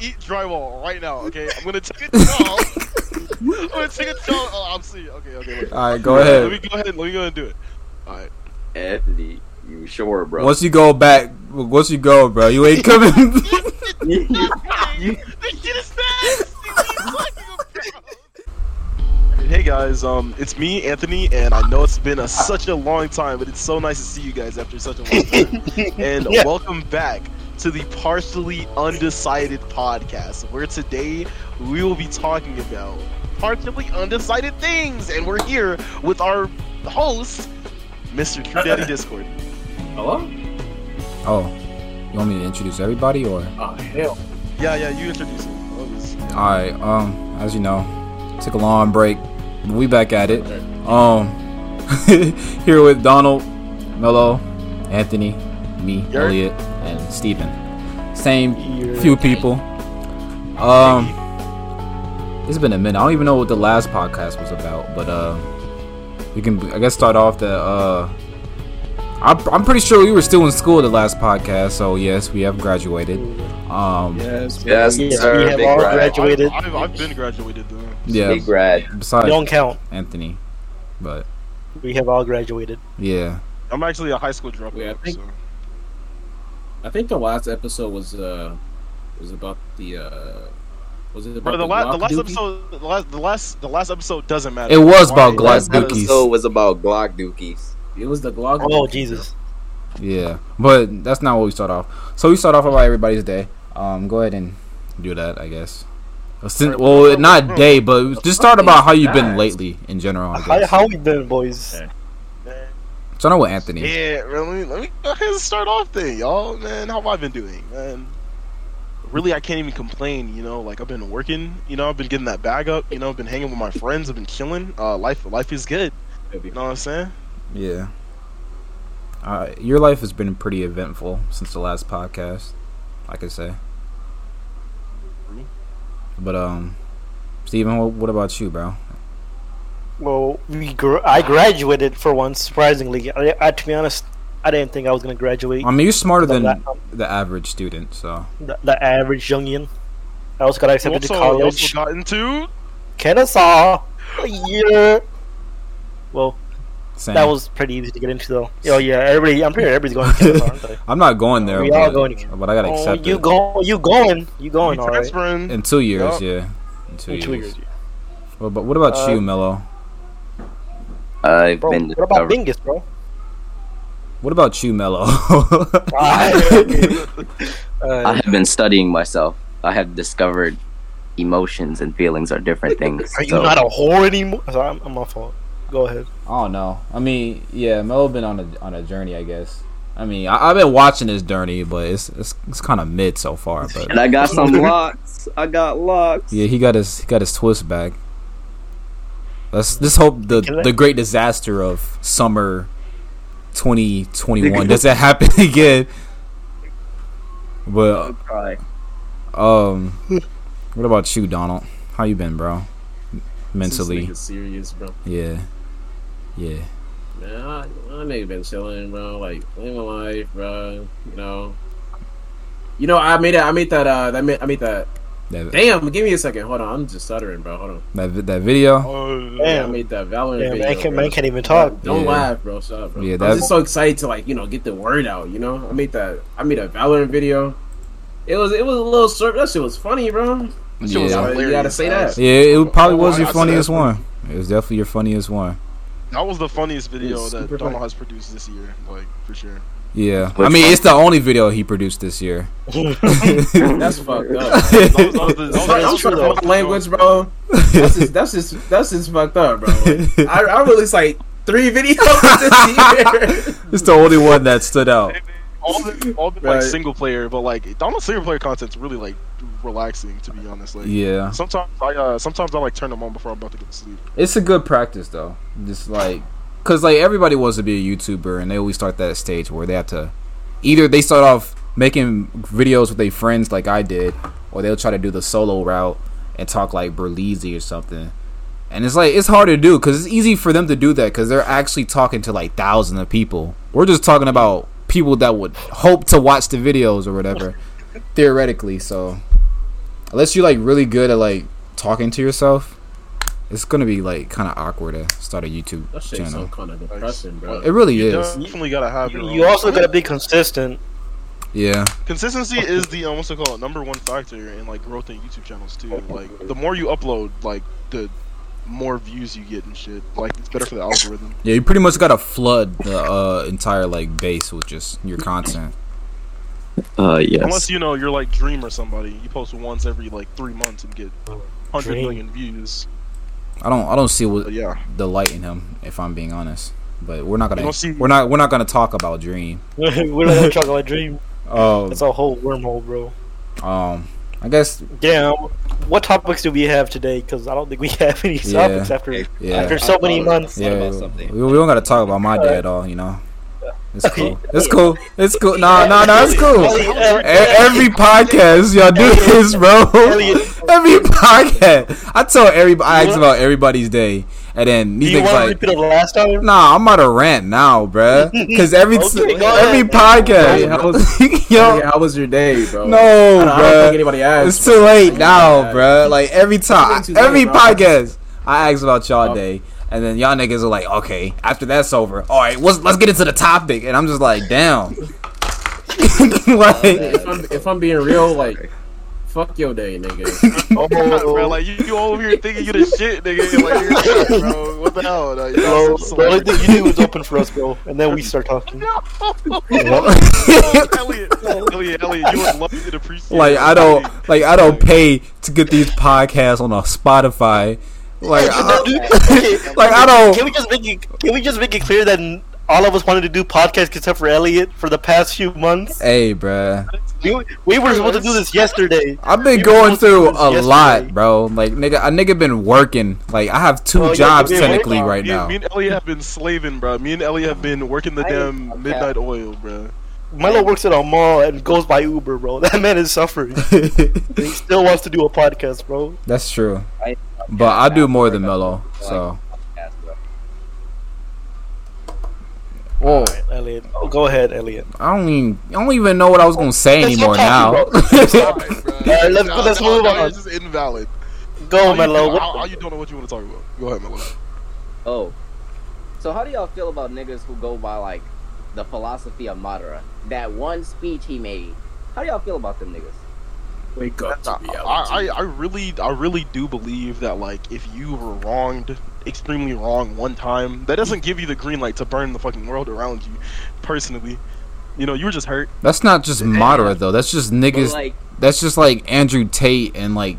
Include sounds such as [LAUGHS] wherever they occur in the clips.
eat drywall right now. Okay, I'm gonna take a towel. I'm gonna take a towel. Oh, I'm seeing. Okay, okay. Wait. All right, go Let me ahead. go ahead. and- Let me go ahead and do it. All right. Anthony, you sure, bro? [LAUGHS] Once you go back, once you go, bro, you ain't coming. [LAUGHS] you, [LAUGHS] you- This shit is nasty. What are you talking about? Hey guys, um, it's me, Anthony, and I know it's been a, such a long time, but it's so nice to see you guys after such a long time. [LAUGHS] and welcome back to the Partially Undecided podcast, where today we will be talking about partially undecided things, and we're here with our host, Mr. True [LAUGHS] Daddy Discord. Hello? oh, you want me to introduce everybody or? Uh. Oh, hell. Yeah, yeah, you introduce him. What was- Alright, um, as you know, took a long break. We back at it. Um [LAUGHS] here with Donald, Mello, Anthony, me, Yerp. Elliot, and Steven. Same few people. Um It's been a minute. I don't even know what the last podcast was about, but uh we can I guess start off the uh I'm, I'm pretty sure we were still in school the last podcast, so yes, we have graduated. Um, Yes, Yes, yes. sir. we have big all grad. graduated. I've, I've, I've been graduated though. yeah. Big grad. Besides Don't count. Anthony. But We have all graduated. yeah, I'm actually a high school dropout. Wait, I think- so. I think the last episode was uh was about the uh was it about Bro, the, la- the last Glock episode, the last, the last, the last episode doesn't matter. it was Why? about The Glock last episode Dookies. was about Glock Dookies. Dookie? It was the Glock. Oh Jesus! Yeah, but that's not what we start off. So we start off about everybody's day. Um, go ahead and do that, I guess. Uh, sin- Well, not day, but just start about how you've been lately in general. I How, guess. how we been, boys? So I know with Anthony. Yeah, really. Let me go ahead and start off then, y'all. Man, how have I been doing, man? Really, I can't even complain. You know, like I've been working. You know, I've been getting that bag up. You know, I've been hanging with my friends. I've been chilling. Uh, life, life is good. You know what I'm saying? Yeah. Uh, your life has been pretty eventful since the last podcast, I could say. But um, Steven, what, what about you, bro? Well, we gr- I graduated for once. Surprisingly, I, I, to be honest, I didn't think I was gonna graduate. I mean, you're smarter the, than um, the average student, so the, the average Jungian. I also got You accepted also, to you college. also got into Kennesaw. Yeah. Well, same. that was pretty easy to get into, though. Oh yeah, everybody. I'm pretty sure everybody's [LAUGHS] going to Kennesaw, aren't they? I'm not going there. We but, uh, all going to- but I got Oh, accepted. you go. You going? You going? you All right. transferring. in two Yup. years, yeah. In two, In two years. years. Well, but what about Uh, you, Mello? I've Bro, been what about discovered. Dingus, [LAUGHS] bro? What about you, Mello? [LAUGHS] Uh, I have been studying myself. I have discovered emotions and feelings are different things. Are you so- not a whore anymore? Sorry, I'm, I'm my fault. Go ahead. I don't know. I mean, yeah, Mello been on a on a journey, I guess. I mean, I, I've been watching this journey, but it's it's, it's kind of mid so far. But And I got some locks. I got locks. yeah, he got his he got his twist back. Let's just hope the Can I- the great disaster of summer 2021 doesn't happen [LAUGHS] again. But Cry. Um, what about you, Donald? How you been, bro? Mentally, This nigga serious, bro. yeah, yeah. Man, I, I ain't been chilling, bro. Like living my life, bro. You know. You know, I made it. I made that. Uh, that made. I made that. That Damn, give me a second. Hold on, I'm just stuttering, bro. Hold on. that, vi- that video. Oh, Yeah, I Damn, made that Valorant damn, video. man, can, bro. man can't even [LAUGHS] talk. Don't Yeah. laugh, bro. Shut up, bro. Yeah, I that- was just so excited to like you know get the word out. You know, I made that. I made a Valorant video. It was it was a little sur- that shit was funny, bro. That shit was Yeah. hilarious. You gotta say that. Yeah, it probably was your I said funniest that. one. It was definitely your funniest one. that was the funniest video It's that super Donald funny. has produced this year, like for sure. Yeah, I Which mean one? it's the only video he produced this [LAUGHS] year. [LAUGHS] That's fucked up. That [LAUGHS] was- that was the- that was the- I'm that sorry was for my the- language, bro. That's just that's just that's just fucked up, bro. [LAUGHS] Like, I I released like three videos [LAUGHS] this year. It's the only one that stood out. all the all the Right. like single player, but like Donald's single player content's really like relaxing to be honest. Like Yeah, sometimes I uh sometimes I like turn them on before I'm about to go to sleep. it's a good practice though. Just like, cause like everybody wants to be a YouTuber, and they always start that stage where they have to either they start off making videos with their friends like I did, or they'll try to do the solo route and talk like Berlizzi or something. And it's like it's hard to do because it's easy for them to do that because they're actually talking to like thousands of people. We're just talking about people that would hope to watch the videos or whatever, theoretically. So unless you're like really good at like talking to yourself, it's gonna be like kind of awkward to start a YouTube That shit channel. sound kind of depressing, bro. It really You is. definitely gotta have your You, own. you also gotta be [LAUGHS] consistent. Yeah. Consistency is the um, what's it called number one factor in like growth in YouTube channels too. Like the more you upload, like the more views you get and shit. Like it's better for the algorithm. Yeah, you pretty much gotta flood the uh, entire like base with just your content. Uh, yes. Unless you know you're like Dream or somebody, you post once every like three months and get hundred Dream. million views. I don't I don't see what But yeah, the light in him if I'm being honest. But we're not You gonna don't see- we're not we're not gonna talk about Dream. We're not gonna talk about dream. Oh, It's a whole wormhole, bro. um, I guess Damn. What topics do we have today? Because I don't think we [LAUGHS] have any Yeah. topics after yeah, after so many Uh, months. yeah. about We, something. we don't gotta talk about my day Alright. at all, you know. It's cool. It's cool. It's cool. Nah, nah, nah. It's cool. Elliot, E- Elliot, Every podcast, y'all do this, bro. Elliot. Every podcast, I tell everybody, I ask about everybody's day, and then do he you thinks want to like, repeat of last [LAUGHS] time? Nah, I'm out of rant now, [LAUGHS] bruh. Because every Okay, go every ahead. podcast, Hey, how [LAUGHS] was- yo, Nigga, how was your day, bro? no, I don't, I don't think bruh. anybody asked. It's too late now, Yeah. bruh. Like every time, It's too late, every bro. podcast, I ask about y'all Oh. day, and then y'all niggas are like, okay, after that's over, all right, let's let's get into the topic, and I'm just like, damn. [LAUGHS] like, [LAUGHS] if I'm if I'm being real, like fuck your day, [LAUGHS] nigga. bro, like you, you all over here thinking you the shit, nigga. Like you're shit, bro. What the hell? Like, you're Bro, so the only celebrity. thing you do is open for us, bro, and then we start talking. Oh, Elliot, Elliot, Elliot, you would love to appreciate. like it. I don't like I don't pay to get these podcasts on a Spotify. Like, I, [LAUGHS] [LAUGHS] Okay, like I don't. Can we just make it? Can we just make it clear that all of us wanted to do podcasts except for Elliot for the past few months? Hey, bruh. We, we were supposed to do this yesterday. I've been You going were supposed to through do this a yesterday. lot, bro. Like nigga, a nigga been working. Like I have two Oh, yeah, jobs you've been technically working. right Me, now. [LAUGHS] me and Elliot have been slaving, bro. Me and Elliot have been working the damn midnight oil, bro. Milo works at a mall and goes by Uber, bro. [LAUGHS] That man is suffering. he still wants to do a podcast, bro. That's true. I- But I do more than Mello. So Whoa, Elliot. Oh, go ahead, Elliot. I don't even I don't even know what I was gonna say That's anymore [LAUGHS] so now. cocky, Alright, let's- let's move on. This is invalid. Go, all You, Melo. do- all, all What- you don't know what you want to talk about. Go ahead, Melo. Oh. So how do y'all feel about niggas who go by like the philosophy of Madara? That one speech he made. How do y'all feel about them niggas? Wake up to I, reality. I, I really, I really do believe that like if you were wronged, extremely wrong one time, that doesn't give you the green light to burn the fucking world around you. Personally, you know, you were just hurt. That's not just moderate though. That's just But, niggas. like That's just like Andrew Tate and like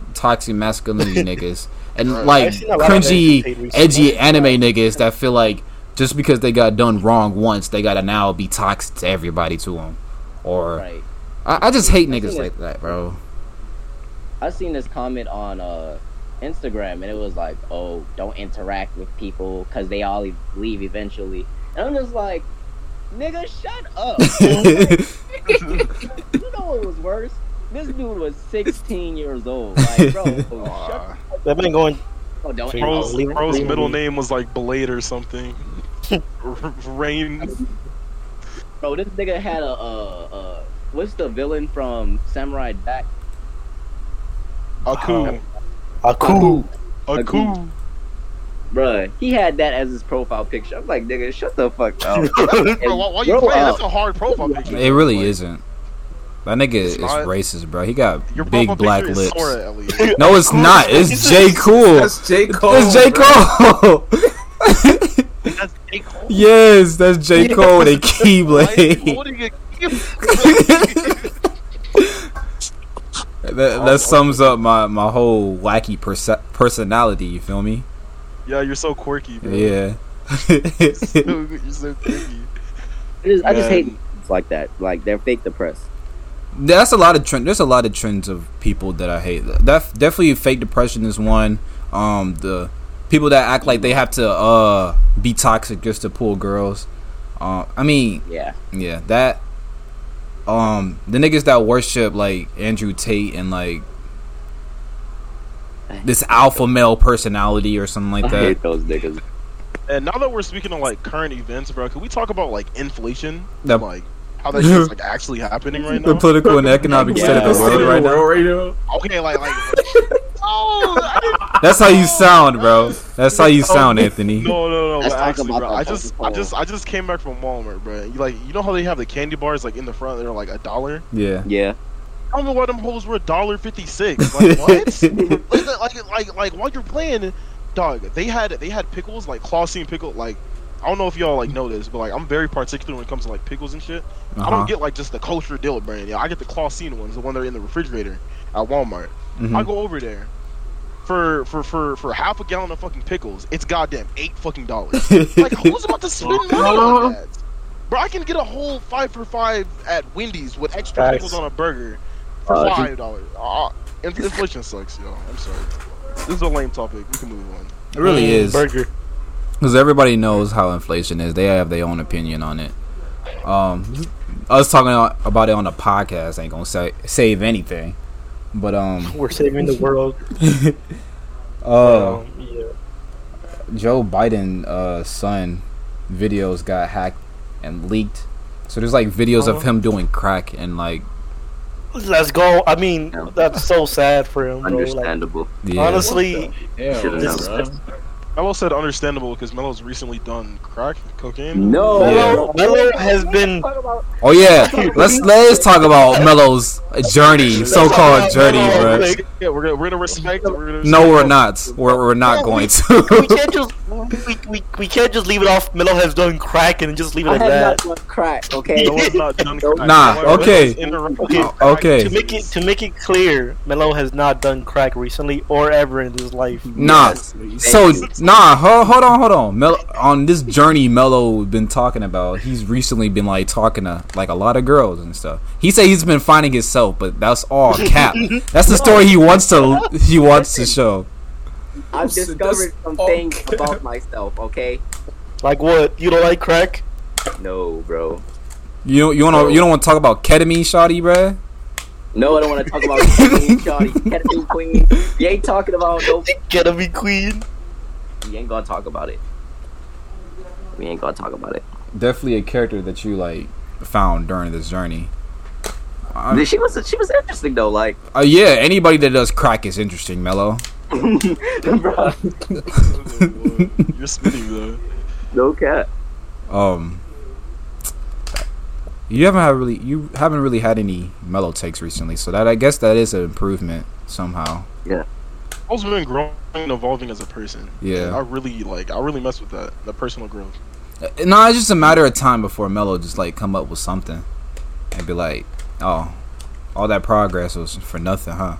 [LAUGHS] toxic masculinity niggas and like I've seen a lot of Andrew Tate cringy, recently. edgy anime niggas that feel like just because they got done wrong once, they gotta now be toxic to everybody to them, or. right. I, I just hate I think niggas like [LAUGHS] that, bro. I seen this comment on uh Instagram and it was like, "Oh, don't interact with people cuz they all e- leave eventually." And I'm just like, "Nigga, shut up." you know what was worse? This dude was 16 years old. Like, [LAUGHS] bro, oh, shut That man going. Oh, don't Bro, Bro's, leave- Bro's leave middle me. name was like Blade or [LAUGHS] something. R- Rain. Bro, this nigga had a uh uh what's the villain from Samurai Jack? Aku. Aku. Uh, Aku. Bruh, he had that as his profile picture. I'm like, nigga, shut the fuck up. [LAUGHS] uh, Bro, why, why you Grow playing? up. That's a hard profile picture. uh, it really Like, isn't. That nigga is not- racist, bro. He got Your big profile black picture lips. Is Sora, [LAUGHS] Elliot. No, it's not. It's J. Cool. That's J Cole. It's J. bro. Cole. [LAUGHS] That's Jake Cole. yes, that's J. Cole with [LAUGHS] a [LAUGHS] Keyblade. Holding a- that, Oh, that sums up my, my whole wacky perse- personality, you feel me? yeah, you're so quirky, bro. Yeah. [LAUGHS] [LAUGHS] you're so quirky. I just, I just Man. hate it's like that. Like they're fake depressed. That's a lot of trend. There's a lot of trends of people that I hate. That definitely fake depression is one. Um, the people that act like they have to uh be toxic just to pull girls. Uh, I mean, Yeah. yeah, that. Um, the niggas that worship like Andrew Tate and like this alpha male personality or something I like that. hate those niggas. And now that we're speaking of like current events, bro, can we talk about like inflation? That- Like how that shit's like actually happening [LAUGHS] right The now. political and economic Yeah. state of the State world of right the now. world Okay, like like. oh, I didn't- That's how you sound, bro. That's how you sound, Anthony. no, no, no. Let's But talk actually, about bro, that I just, I fucking just, I just came back from Walmart, bro. You like, you know how they have the candy bars like in the front? They're like a dollar. Yeah. Yeah. I don't know why them hoes were a dollar fifty six. Like what? like, like, like, like while you're playing, dog, they had they had pickles like Clawsine pickle. Like, I don't know if y'all like know this, but like I'm very particular when it comes to like pickles and shit. I Uh-huh. don't get like just the kosher dill brand. Yeah, I get the Clawsine ones, the one that are in the refrigerator at Walmart. I Mhm. go over there for for for for half a gallon of fucking pickles. It's goddamn eight fucking dollars. [LAUGHS] Like who's about to spend money Uh-huh. on that? Bro, I can get a whole five for five at Wendy's with extra Facts. pickles on a burger for Uh, five dollars. Uh, in- inflation sucks, yo. I'm sorry. This is a lame topic. We can move on. It really is. Mm, Burger. because everybody knows how inflation is. They have their own opinion on it. Um, us talking a- about it on a podcast ain't gonna sa- save anything. But um, [LAUGHS] We're saving the world. uh, Um, yeah. Joe Biden uh son videos got hacked and leaked. So there's like videos of Uh-huh. him doing crack and like Let's go. I mean, Yeah. that's so sad for him, bro. Like, Understandable. yeah. honestly, Yeah, Should've This- known. Melo said understandable because Melo's recently done crack, Mm. cocaine. No. Melo Melo has been oh yeah, let's let's talk about Melo's journey, Oh, so-called journey, Melo, bro. like, Yeah, we're gonna we're gonna respect. We're gonna No, we're not. We're, we're not going [LAUGHS] we to. can't just we, we, we can't just leave it off. Melo has done crack and just leave it I like have that. not done crack, okay? No, it's not done crack. [LAUGHS] Nah, Why would okay. this interrupt Okay. crack? Okay. To make it to make it clear, Melo has not done crack recently or ever in his life. nah, So nah, hold, hold on, hold on. Mel- on this journey, Mello been talking about. He's recently been like talking to like a lot of girls and stuff. He said he's been finding himself, but that's [LAUGHS] all cap. That's the story he wants to he wants to show. I've That's- discovered some Oh, [LAUGHS] all- things about myself, okay? Like what? You don't like crack? No, bro. You don't- you want you don't want to talk about ketamine, shoddy, bruh? No, I don't want to talk [LAUGHS] about Queen, Shawty, Ketamine Queen. You ain't talking about no. Get to be queen. We ain't gonna talk about it. We ain't gonna talk about it. Definitely a character that you like found during this journey. Dude, she was she was interesting though, like, [LAUGHS] Uh, yeah, anybody that does crack is interesting, Mello. [LAUGHS] bro, You're spitting [LAUGHS] though. no cat. Um, you haven't had really you haven't really had any mellow takes recently, so that I guess that is an improvement somehow. I've been growing and evolving as a person. Yeah. I really like. I really mess with that. The personal growth. Uh, No, it's just a matter of time before Mello just like come up with something and be like, oh, all that progress was for nothing, huh?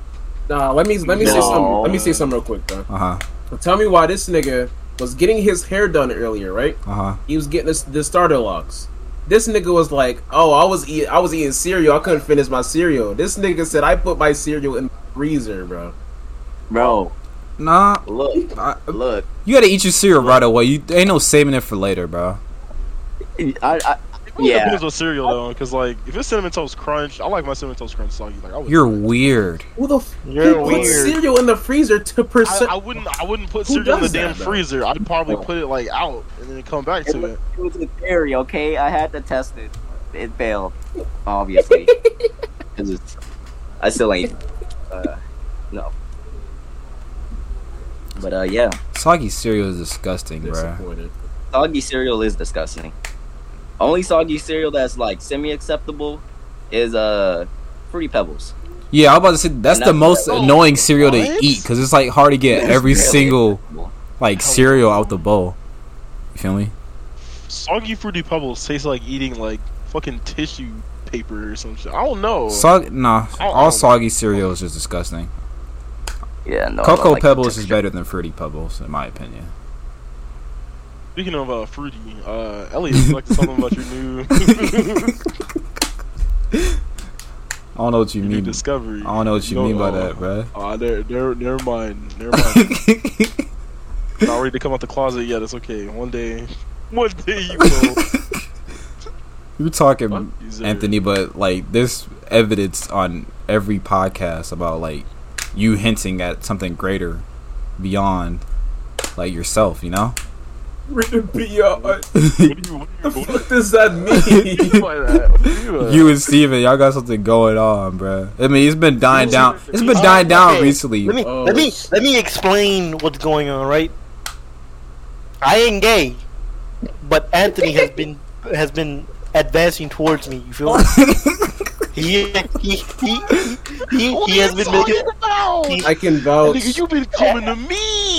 Nah, let me let me say No. something. Let me say something real quick, bro. Uh huh. Tell me why this nigga was getting his hair done earlier, right? Uh huh. He was getting this the starter locks. This nigga was like, "Oh, I was eat, I was eating cereal. I couldn't finish my cereal." This nigga said, "I put my cereal in the freezer, bro." Bro, Nah, look, I, look. you gotta eat your cereal right away. You ain't no saving it for later, bro. I, I It really Yeah. depends on cereal though, because like if it's cinnamon toast crunch, I like my cinnamon toast crunch soggy. Like I would. You're weird. Who the f- You're who weird. puts cereal in the freezer to I, percent? I wouldn't. I wouldn't put Who cereal in the does damn that, though? freezer. I'd probably Oh. put it like out and then come back it to was, it. it was a theory, okay? I had to test it. It failed, obviously. 'Cause it's- I still ain't. Uh, no. But uh, yeah, Soggy cereal is disgusting, bro. Disappointed. soggy cereal is disgusting. Only soggy cereal that's like semi-acceptable is uh, Fruity Pebbles. Yeah, I was about to say that's And the that's- most Oh, annoying cereal to what? eat because it's like hard to get That's every really single. acceptable. like cereal out the bowl. You feel me? Soggy fruity pebbles taste like eating like fucking tissue paper or some shit. I don't Oh. know. Sog nah, I don't all know. soggy cereal is just disgusting. Yeah, no. I don't Cocoa like the Pebbles [LAUGHS] is texture. better than Fruity Pebbles, in my [LAUGHS] opinion. Speaking of uh, fruity, uh, Elliot, would you like to tell them about your new [LAUGHS] I don't know what you your new mean. discovery? I don't know what you No, mean by uh, that, bruh. Ah, never, never, never mind. Never [LAUGHS] mind. [LAUGHS] Not ready to come out the closet yet. It's okay. One day, one day [LAUGHS] you will. You're talking Fuck you, sir. Anthony, but like there's evidence on every podcast about like you hinting at something greater beyond like yourself, you know? [LAUGHS] [LAUGHS] Written beyond. What do you, what The do you, what fuck does that do [LAUGHS] you mean mean? by that? What do you mean by You and Steven, y'all got something going on, bruh. I mean, it's been dying down. It's been dying down Okay, recently. Let me Oh. let me let me explain what's going on, right? I ain't gay, but Anthony has been has been advancing towards me. You feel me? he, he, he, he, he has been making. he- I can vouch. Nigga, you been coming to me.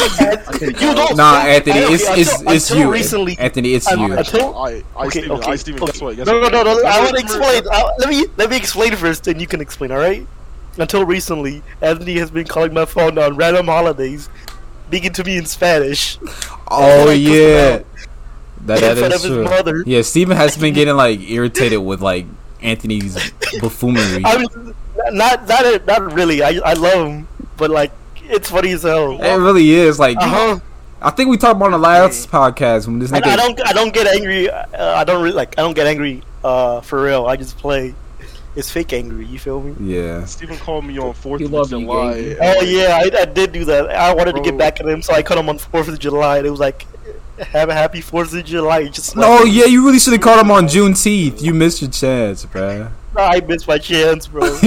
I can You don't- [LAUGHS] Nah, I- Anthony, I- it's until- it's it's until you. recently- Anthony, it's I'm- you. I- Until- I, I, Okay, Steven, okay, I, Steven, okay. guess what? Guess No, no, what? no, no. Guess I what? want to explain. I, let me let me explain first, then you can explain. All right. Until recently, Anthony has been calling my phone on random holidays, speaking to me in Spanish. Oh Like, yeah, that [LAUGHS] in that front is of his true. mother. Yeah, Steven has been getting like irritated with like Anthony's buffoonery. I'm not not not really. I I love him, but like it's funny as hell. It really is like Uh huh. I think we talked about it on the last podcast when this I, I nigga. don't I don't get angry. Uh, I don't really like I don't get angry. Uh, for real, I just play. It's fake angry. You feel me? Yeah, Steven called me on Fourth He of love you, July. gang. and- Oh yeah, I, I did do that. I wanted Bro. to get back at him, so I cut him on Fourth of July, and it was like, "Have a happy Fourth of July." He Just no, yeah, you really should have caught him on Juneteenth. You missed your chance, bruh. [LAUGHS] I missed my chance, bro. [LAUGHS]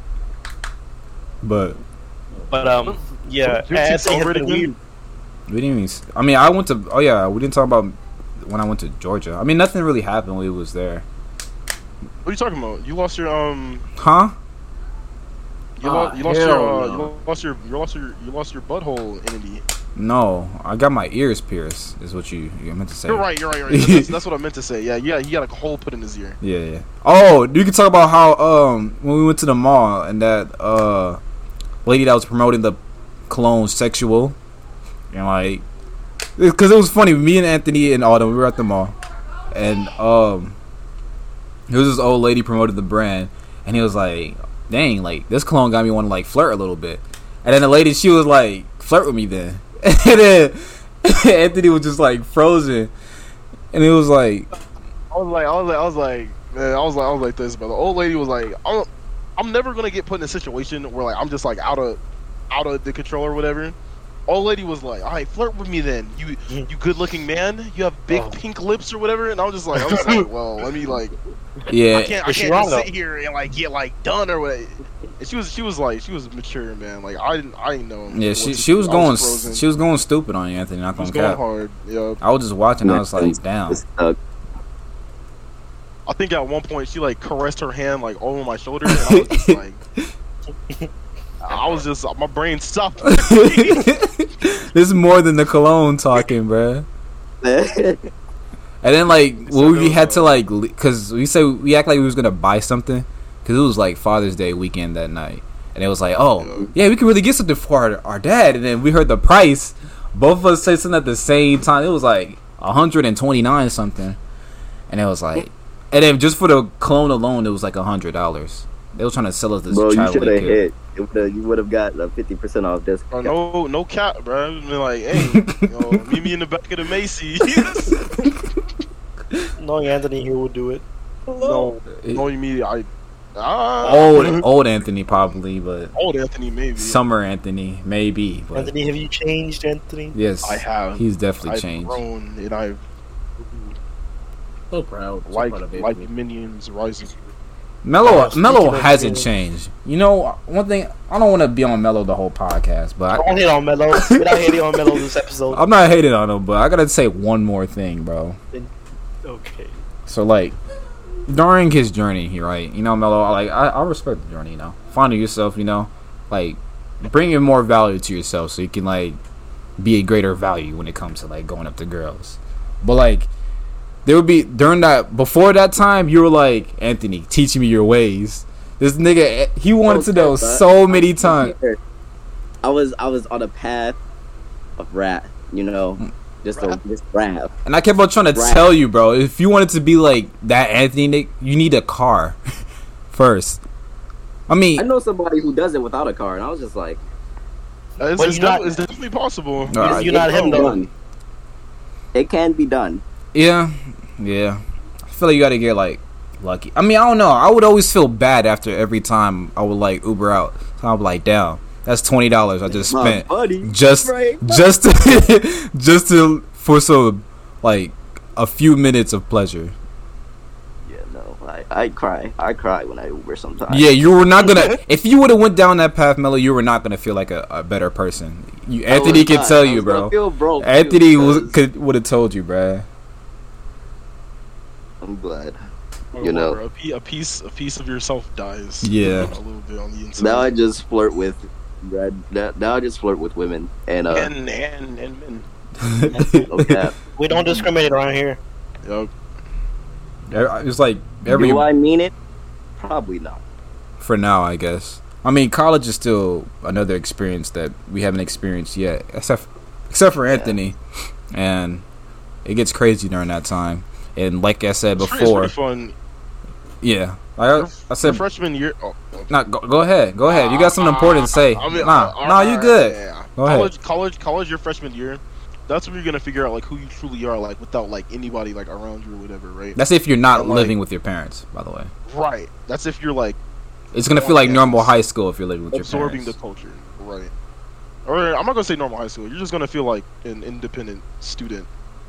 [LAUGHS] but but um, yeah, Your team's Anthony has already been good? weird. we didn't. Even, s- I mean, I went to. Oh yeah, we didn't talk about when I went to Georgia. I mean, nothing really happened when we was there, What are you talking about? You lost your um. huh? You, Ah, lost, you lost hell your. Uh, no. You lost your. You lost your. You lost your butthole entity. No, I got my ears pierced. Is what you you meant to say. You're right. You're right. You're right. That's, that's what I meant to say. Yeah. Yeah. He got a hole put in his ear. Yeah, yeah. Oh, you can talk about how um when we went to the mall and that uh lady that was promoting the cologne sexual and like because it was funny. Me and Anthony and Autumn we were at the mall and um there was this old lady promoted the brand and he was like, "Dang, like this cologne got me want to like flirt a little bit." And then the lady she was like, "Flirt with me then," [LAUGHS] and then Anthony was just like frozen and it was like. I was like. I was like. I was like. Man, I was like. I was like this. But the old lady was like. I'm, I'm never gonna get put in a situation where like I'm just like out of, out of the control or whatever. Old lady was like, "All right, flirt with me then. You, you good-looking man. You have big Mm. Oh. pink lips or whatever." And I was just like, "I was [LAUGHS] like, well, let me like." I Yeah, can't, I Is she can't wrong, just though? sit here and like get like done or what. And she was she was like she was mature man. Like I didn't I didn't know. Yeah, what she to she do. was I going frozen. she was going stupid on you, Anthony. Not I was gonna going hard. cap. Yeah, I was just watching. I was like, damn. [LAUGHS] It's stuck. I think at one point she like caressed her hand like over my shoulder, and I was just like, [LAUGHS] I was just my brain stopped. this is more than the cologne talking, bruh. And then like when we had to like because we said we act like we was gonna buy something because it was like Father's Day weekend that night, and it was like, oh yeah, we can really get something for our, our dad. And then we heard the price. Both of us said something at the same time. It was like hundred and twenty nine something, and it was like, and then just for the cologne alone, it was like hundred dollars. They were trying to sell us this. Bro, you child should have liquor. hit. It would've- you would have got a fifty percent off Bro, discount. no no cap, bro. I've been like, hey, yo, meet me in the back of the Macy's. [LAUGHS] Knowing Anthony, he would do it. no, no, you mean I. Ah, [LAUGHS] Old old Anthony probably, but old Anthony maybe. summer Anthony maybe. But Anthony, have you changed, Anthony? yes, I have. He's definitely I've changed. grown and I've So proud. So proud like of it. like minions rising. Mello Uh, Mello speaking of hasn't being- changed. You know, one thing I don't want to be on Mello the whole podcast, but I, Don't hit on [LAUGHS] Melo. We're not hating on Melo this episode. [LAUGHS] I'm not hating on him. But I gotta say one more thing, bro. okay. So like, during his journey, he right, you know, Mello, I, like I, I respect the journey. You know, finding yourself, you know, like bringing more value to yourself so you can like be a greater value when it comes to like going up to girls. But like, there would be during that before that time, you were like Anthony, teach me your ways. This nigga, eh, he wanted to know so many times. I was I was on a path of rat, you know, just a just rat. And I kept on trying to Right. tell you, bro, if you wanted to be like that Anthony Nick, you need a car [LAUGHS] first. I mean, I know somebody who does it without a car, and I was just like, Uh, It's, But it's, you're not- def- it's definitely possible. All right. You're not it can him be though. done. It can be done. yeah, yeah. I feel like you gotta get like lucky. I mean, I don't know. I would always feel bad after every time I would like Uber out. So I'm like, damn, That's twenty dollars I just My spent buddy. just Right. just to, [LAUGHS] just to for some like a few minutes of pleasure. Yeah, no, I, I cry. I cry when I Uber sometimes. Yeah, you were not [LAUGHS] gonna. if you would have went down that path, Mello, you were not gonna feel like a, a better person. You, I Anthony was can not. tell I you, was gonna bro. Feel broke too, Anthony was because could would have told you, bruh. I'm glad. Or- You know. or a, pe- a piece a piece of yourself dies. Yeah. a little bit on the inside. Now I just flirt with. Now, now I just flirt with women and uh. and and and men. okay. We don't discriminate around here. Yup. It was like [LAUGHS] every Do I mean it? Probably not. for now, I guess. I mean, college is still another experience that we haven't experienced yet, except except for Anthony, and it gets crazy during that time. And like I said It's pretty- it's before, pretty fun. yeah, I, I The said freshman year. Oh, oh. No, go, go ahead. Go ahead. You got something important to say. I mean, nah, uh, nah, you alright, good. yeah, yeah. Go ahead. college, college, college. Your freshman year. That's when you're gonna figure out like who you truly are, like without like anybody like around you or whatever, right? That's if you're not I'm like- living with your parents, by the way. right. That's if you're like It's gonna feel like Yeah. normal high school if you're living with absorbing your the parents. culture, right? Or I'm not gonna say normal high school. You're just gonna feel like an independent student.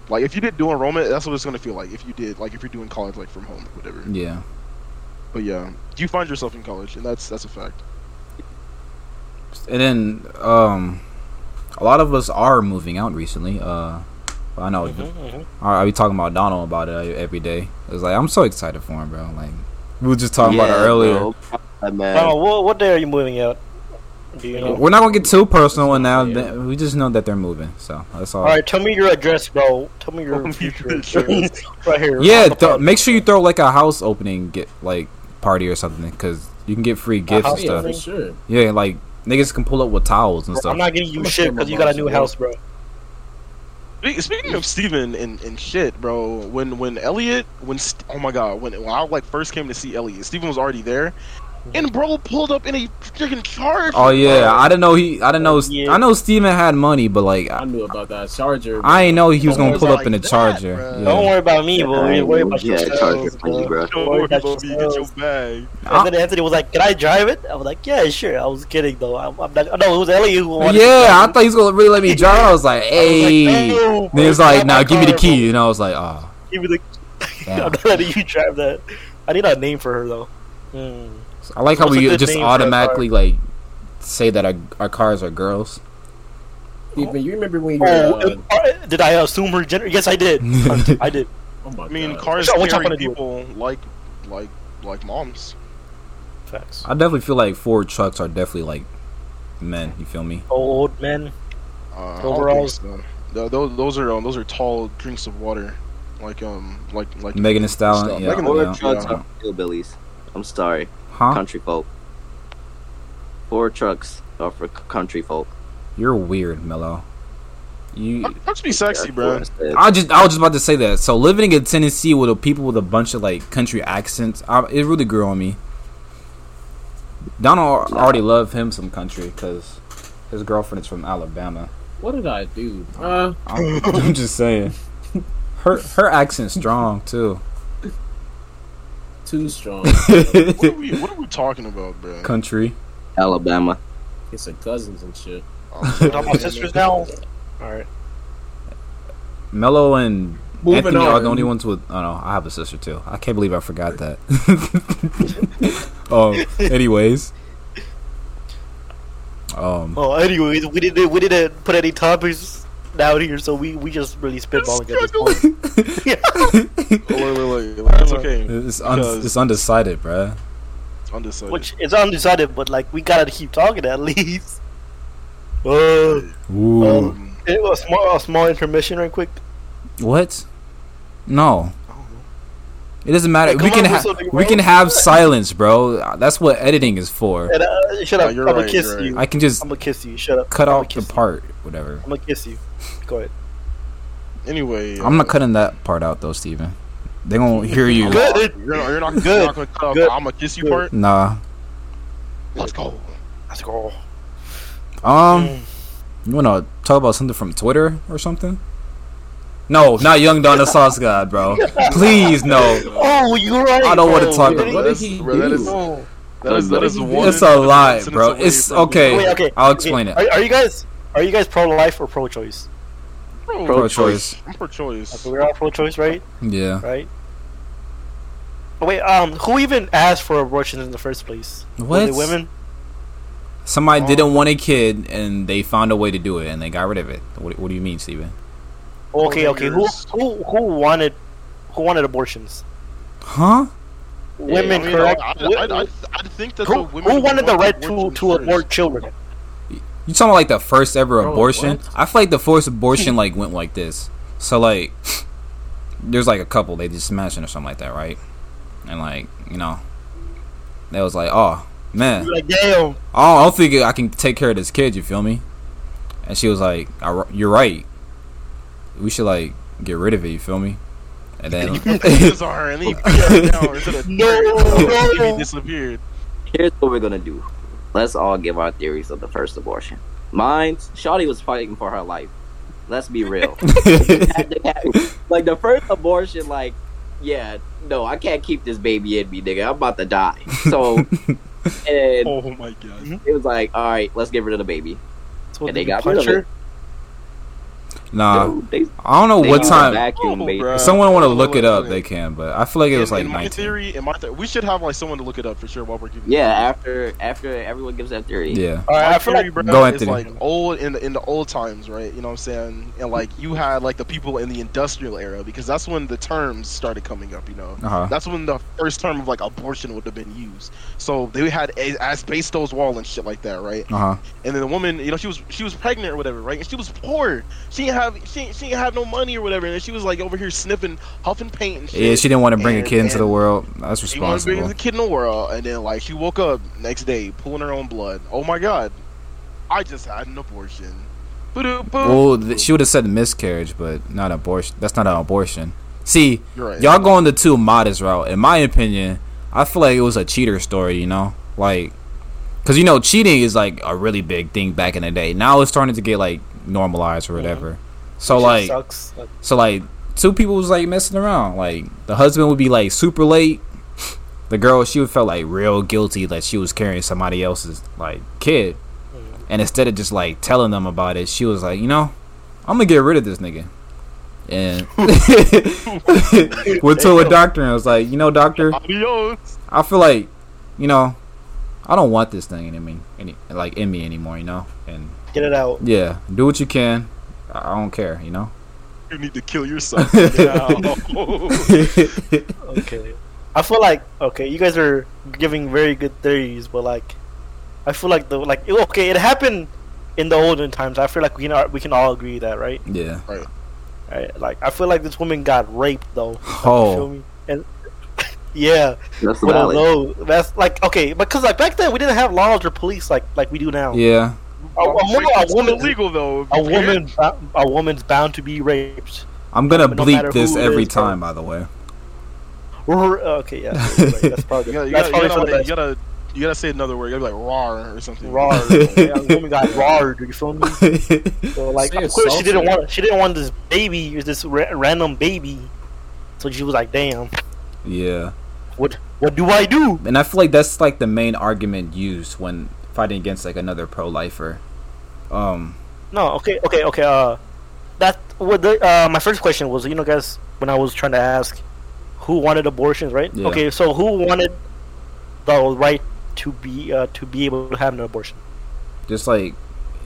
Like if you did do enrollment, that's what it's gonna feel like. If you did, like if you're doing college, like from home, whatever. yeah. But yeah, you find yourself in college, and that's that's a fact. And then um, a lot of us are moving out recently. Uh, I know. Mm-hmm. I, I be talking about Donald about it every day. It's like I'm so excited for him, bro. Like we were just talking about it Yeah, earlier. bro. Uh, man. Donald, what, what day are you moving out? Do you know? We're not gonna get too personal and now. Yeah. th- We just know that they're moving, so that's all. All right, tell me your address, bro. Tell me your future address. [LAUGHS] right here. Yeah, on the th- phone. make sure you throw like a house opening get like party or something because you can get free gifts Uh, and house stuff. Oh, for sure. Yeah, like niggas can pull up with towels and stuff. I'm not getting you I'ma shit show my because you got a boss, new bro. house, bro. Spe- Speaking of Steven and, and shit, bro, when when Elliot, when St- oh my god, when, when I like first came to see Elliot, Steven was already there, and bro pulled up in a freaking charge. oh yeah, I didn't know he. I didn't know. Yeah. I know Steven had money, but like I I, knew about that charger. I ain't know he was Don't gonna worry pull about up in a like that, charger. bro. Yeah. Don't worry about me, Yeah, bro. worry about yeah, charger yourselves, please, bro. bro. Don't Boy, worry that's about me, get your yourselves. bag. And then Anthony was like, "Can I drive it?" I was like, "Yeah, sure." I was kidding though. I'm, I'm not. No, it was Ellie who wanted. Yeah, I thought he was gonna really let me drive. I was like, hey. no, then he was bro, like, not now my give me the car, key, and I was like, oh. Bro. Give me the. Damn. [LAUGHS] I'm not letting you drive that. I need a name for her though. Hmm. I like how What's a we good just name for a car? automatically like say that our, our cars are girls. Even you remember when you? Oh, Uh, uh, did I assume her gender? Yes, [LAUGHS] I did. I did. oh my I mean, God. cars What y'all- what y'all carry gonna do? people like like like moms. Facts. I definitely feel like Ford trucks are definitely like men. You feel me? Old men. Uh, I don't Overalls. think so. Th- Those those are um, those are tall drinks of water, like um like like Megan Thee Stallion. Stop. Yeah, Megan Or Yeah. trucks yeah. are hillbillies. I'm sorry, Huh? country folk. Or trucks are for c- country folk. You're weird, Mello. You. Talk to be sexy, That's bro. what I said. I just I was just about to say that. So living in Tennessee with a people with a bunch of like country accents, I, it really grew on me. Donald al- already loved him some country because his girlfriend is from Alabama. what did I do? Uh, I'm, [LAUGHS] I'm just saying, her her accent's strong too. [LAUGHS] too strong. What are we what are we talking about, bro? country. Alabama. It's a cousins and shit. We're talking [LAUGHS] about sisters now. All right. Mello and Moving Anthony are on. the only ones with. Oh no, I have a sister too. I can't believe I forgot that. [LAUGHS] um. Anyways. [LAUGHS] Um. Well, Oh, anyways, we didn't we didn't put any topics down here, so we we just really spitballing at this point. Oh, wait, wait, [LAUGHS] wait, wait. That's okay. It's, un- Because- it's undecided, bruh. It's undecided. Which is undecided, but like we gotta keep talking at [LAUGHS] least. Uh, Ooh. Um, it was small, a small intermission, right quick. What? No. It doesn't matter. Hey, we come can up with have something, we bro. can have silence, bro. That's what editing is for. And, uh, shut Nah, up! you're I'm gonna right, kiss you're you. I can just I'm gonna kiss you. Shut up. cut I'ma off the kiss you. part, whatever. I'm gonna kiss you. Go ahead. anyway, uh, I'm not cutting that part out though, Steven. They gonna hear you. Good. You're not, you're not, you're Good. not gonna cut off. Good. I'm gonna kiss you Good. part. Nah. Let's go. Let's go. Um, you wanna talk about something from Twitter or something? No, not Young Don the Sauce God, [LAUGHS] bro. Please, no. Oh, you're right. Oh, I don't wanna bro. talk about Did he- What did he Bro, that do? is- No. That is that is one. It's a lie, incident bro. away It's from- okay. Wait, okay. I'll explain okay. it. Are, are you guys are you guys pro-life or pro-choice? Pro-choice. I'm pro-choice. Okay, we're all pro-choice, right? Yeah. Right. Oh, Wait, um, who even asked for abortions in the first place? Were they What? women? Somebody Oh. didn't want a kid, and they found a way to do it, and they got rid of it. What, what do you mean, Steven? Okay, okay. Who Warriors. who who wanted who wanted abortions? Huh? I women, mean, I, correct? I, I, I, I think that who, the women who would wanted the want right to abortion to first. [LAUGHS] abort children? You talking about like the first ever Bro, abortion? what? I feel like the first [LAUGHS] abortion like went like this. So like, [LAUGHS] there's like a couple they just smashing or something like that, right? And like you know, they was like, oh man, Like, damn. oh, I don't think I can take care of this kid. You feel me? And she was like, I ri- you're right. We should like get rid of it. You feel me? And then [LAUGHS] These are, and then you beat her down instead of- [LAUGHS] No. [LAUGHS] He disappeared. Here's what we're gonna do. Let's all give our theories of the first abortion. Mine, Shawty was fighting for her life. Let's [LAUGHS] be real. like the first abortion, like, yeah, no, I can't keep this baby in me, nigga. I'm about to die. So, [LAUGHS] and Oh my god. it was like, all right, let's get rid of the baby. So And did they you got punch rid of her? it. nah, Dude, they, I don't know they Uh, what use a time. Vacuum, Oh, baby. bruh. If someone want to Hold look on, it hold up, on. they can. But I feel like it was in, like in my 19. theory, in my th- we should have like someone to look it up for sure while we're giving. Yeah, after after everyone gives that theory. Yeah. All right, I feel Theory, like bro, Go, is, Anthony. like old in the, in the old times, right? You know what I'm saying? And like you had like the people in the industrial era because that's when the terms started coming up. You know, Uh huh. that's when the first term of like abortion would have been used. So they had a- asbestos wall and shit like that, right? Uh huh. And then the woman, you know, she was she was pregnant or whatever, right? And she was poor. She didn't have she ain't- she didn't have no money or whatever, and she was like over here sniffing, huffing paint and shit. Yeah, she didn't want to bring a And- kid into and the world. That's She wanted to be responsible. the kid in the world, and then like she woke up next day pulling her own blood. Oh my god, I just had an abortion. Boo-doo, boo. Well, th- she would have said miscarriage, but not abortion. That's not an abortion. See, You're right. y'all going the too modest route. In my opinion, I feel like it was a cheater story. You know, like, cause you know cheating is like a really big thing back in the day. Now it's starting to get like normalized or whatever. So Shit like, sucks. Like, So like two people was like messing around. Like the husband would be like super late. The girl she would felt like real guilty that she was carrying somebody else's like kid. And instead of just like telling them about it, she was like, you know, I'm gonna get rid of this nigga. And [LAUGHS] went to a doctor and was like, you know, doctor, Adios. I feel like, you know, I don't want this thing in me, any, like in me anymore, you know. And get it out. yeah, do what you can. I I don't care, you know. [LAUGHS] You need to kill [LAUGHS] yourself. now. Okay. I feel like okay, you guys are giving very good theories, but like, I feel like the like it- okay, it happened in the olden times. I feel like we can all- we can all agree that, right? yeah. Right? Like, I feel like this woman got raped though. You feel Oh, me? And [LAUGHS] yeah, That's but valid. no, that's like okay, because like back then we didn't have laws or police like like we do now. yeah. A, a woman, a It's woman, illegal though. a woman, a woman's bound to be raped. I'm gonna But no bleep matter this who it every is, bro. time, by the way. [LAUGHS] uh, Okay, yeah, that's probably [LAUGHS] You [LAUGHS] gotta, you gotta, that's you probably gotta, for the best. you gotta you gotta say another word. You gotta be like rar or something. Raw, yeah, the woman got raw. You feel me? So like, Say of it's course she didn't salty. want she didn't want this baby, or this ra- random baby. So she was like, "Damn, yeah, what what do I do?" and I feel like that's like the main argument used when fighting against like another pro-lifer. Um, No, okay, okay, okay. Uh, that what the uh, my first question was, you know, guys, when I was trying to ask who wanted abortions, right? Yeah. Okay, so who wanted the right to be uh, to be able to have an abortion? just like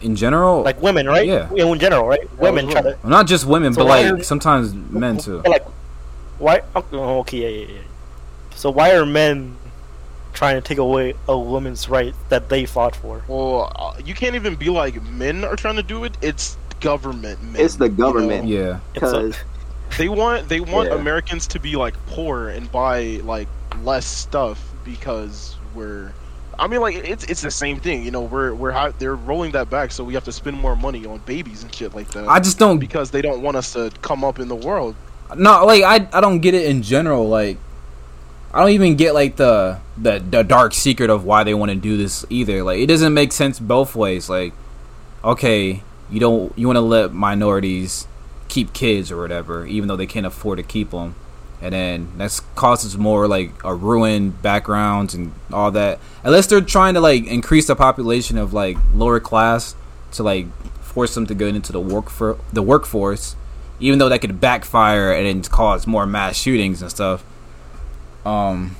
in general, like Like women, right? Yeah. In general, right? women try to not just women, So but why like are- sometimes men too. Like, why? oh, Okay, yeah, yeah, yeah. So why are men trying to take away a woman's right that they fought for? [LAUGHS] Well, uh, you can't even be like men are trying to do it. It's government men. It's the you know? government. Yeah, It's a- Because They want they want Yeah. Americans to be like poor and buy like less stuff because we're. I mean, like it's it's the same thing, you know. We're we're ha- they're rolling that back, so we have to spend more money on babies and shit like that I just don't. because they don't want us to come up in the world. No, like I, I don't get it in general. Like, I don't even get like the the the dark secret of why they want to do this either. Like, it doesn't make sense both ways. Like, okay, you don't you want to let minorities keep kids or whatever, even though they can't afford to keep them, and then that's causes more like a ruined backgrounds and all that. Unless they're trying to like increase the population of like lower class to like force them to go into the work for the workforce, even though that could backfire and then cause more mass shootings and stuff. Um,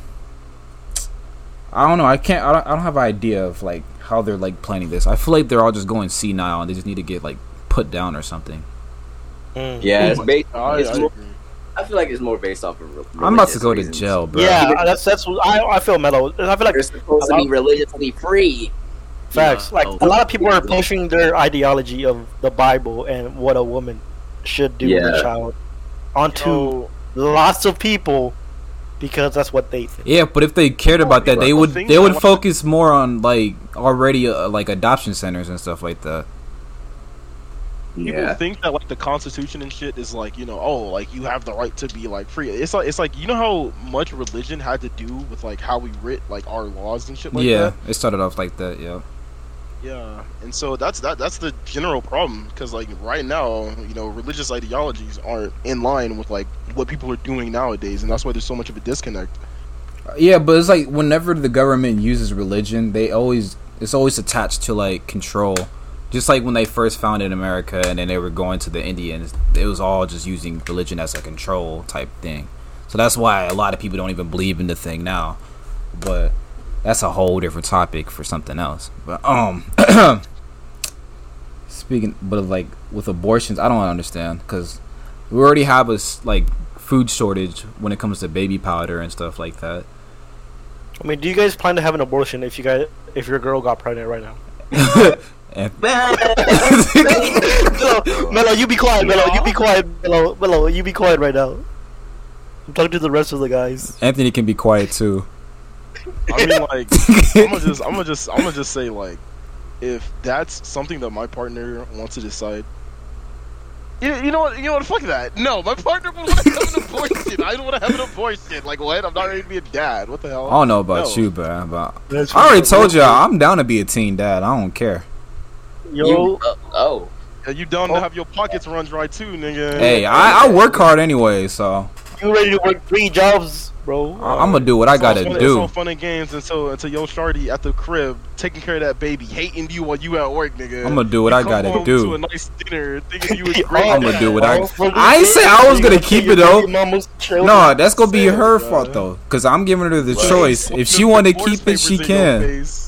I don't know. I can't. I don't, I don't have an idea of like how they're like planning this. I feel like they're all just going senile and they just need to get like put down or something. Mm. Yeah, it's based. it's more- agree. I feel like it's more based off of. re- I'm about to religious go reasons. to jail, bro. Yeah, that's that's what I, I feel mellow. I feel like They're supposed to be religiously free. facts. Yeah. Like Oh. a lot of people are pushing their ideology of the Bible and what a woman should do with Yeah. a child onto So, lots of people because that's what they think. Yeah, but if they cared about that, they Well, would the thing they I would wanna- focus more on like already uh, like adoption centers and stuff like that. people think that like the Constitution and shit is like you know oh like you have the right to be like free. It's like it's like you know how much religion had to do with like how we writ like our laws and shit like yeah, that. it started off like that. Yeah, Yeah, and so that's that that's the general problem because like right now you know religious ideologies aren't in line with like what people are doing nowadays, and that's why there's so much of a disconnect. yeah, but it's like whenever the government uses religion, they always it's always attached to like control. Just like when they first founded America, and then they were going to the Indians, it was all just using religion as a control type thing. So that's why a lot of people don't even believe in the thing now. But that's a whole different topic for something else. But um, [COUGHS] speaking, but like with abortions, I don't understand because we already have a s- like food shortage when it comes to baby powder and stuff like that. I mean, do you guys plan to have an abortion if you guys if your girl got pregnant right now? And- Mello, Mello, you be quiet. Mello, you be quiet. Mello, Mello, you be quiet right now. I'm talking to the rest of the guys. Anthony can be quiet too. I [LAUGHS] mean, like I'm gonna just I'm gonna just I'm gonna just say like if that's something that my partner wants to decide. You, you know what? You know what? Fuck that. No, my partner would want to have an abortion. I don't want to have an abortion. Like what? I'm not ready to be a dad. What the hell? I don't know about No. you, but, I'm about- I already told y'all I'm down to be a teen dad. I don't care. Yo, You- uh, oh, Yeah, you done Oh. to have your pockets run dry too, nigga? Hey, I, I work hard anyway, so you ready to work three jobs, bro? I- I'm gonna do what I gotta it's all fun- It's all do. fun and games until until yo shorty at the crib taking care of that baby, hating you while you at work, nigga. I'm gonna do what You I come gotta home To a do. nice dinner, thinking [LAUGHS] you was Yeah, great. I'm gonna do what I. Bro, for the I ain't say I was gonna keep it though. Mama's children. No, that's gonna be Sad, her bro. fault though, cause I'm giving her the [LAUGHS] Right. choice. If she Put want to divorce keep it, she papers in your can. face.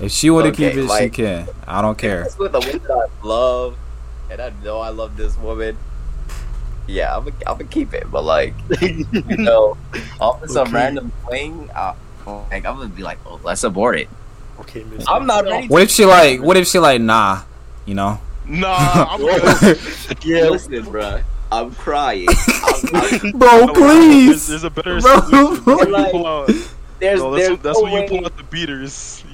If she want to keep Okay, it, she like- can. I don't care. it's with a woman that I love, and I know I love this woman. Yeah, I'm gonna keep it, but like, [LAUGHS] you know, off of some Okay. random thing, I, like I'm gonna be like, oh, let's abort it. Okay, miss. I'm not ready. What if she like? What if she like? Nah, you know. [LAUGHS] Nah, I'm Whoa. gonna. [LAUGHS] Yeah, Listen, bruh, I'm crying. I'm, [LAUGHS] I'm, Bro, There's, Oh, please. there's a better [LAUGHS] Bro. solution. That's when you Like, pull out- there's, no, there's that's, that's no when you way- pull out the beaters.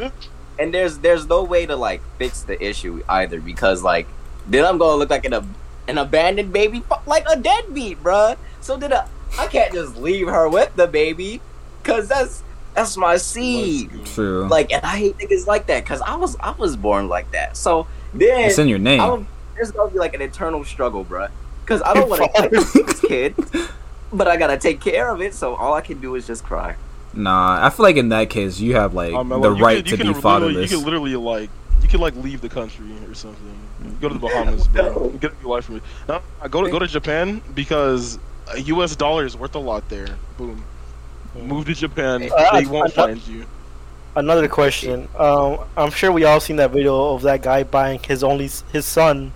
[LAUGHS] and there's there's no way to like fix the issue either because like then I'm gonna look like an ab- an abandoned baby, fu- like a deadbeat, bruh. So then I, I can't just leave her with the baby, cause that's that's my seed. True. Like, and I hate niggas like that, cause I was I was born like that. So then It's in your name. I'm, there's gonna be like an internal struggle, bruh. Cause I don't want to this kid, but I gotta take care of it. So all I can do is just cry. Nah, I feel like in that case you have like Um, the Mello, you right could- you to could be literally- fatherless. You can literally like you can like leave the country or something. Go to the Bahamas, bro. Get a new life from it. No, go to go to Japan because a U.S. dollar is worth a lot there. Boom. Move to Japan. Uh, They won't I- I- find you. Another question. Um, I'm sure we all seen that video of that guy buying his only his son,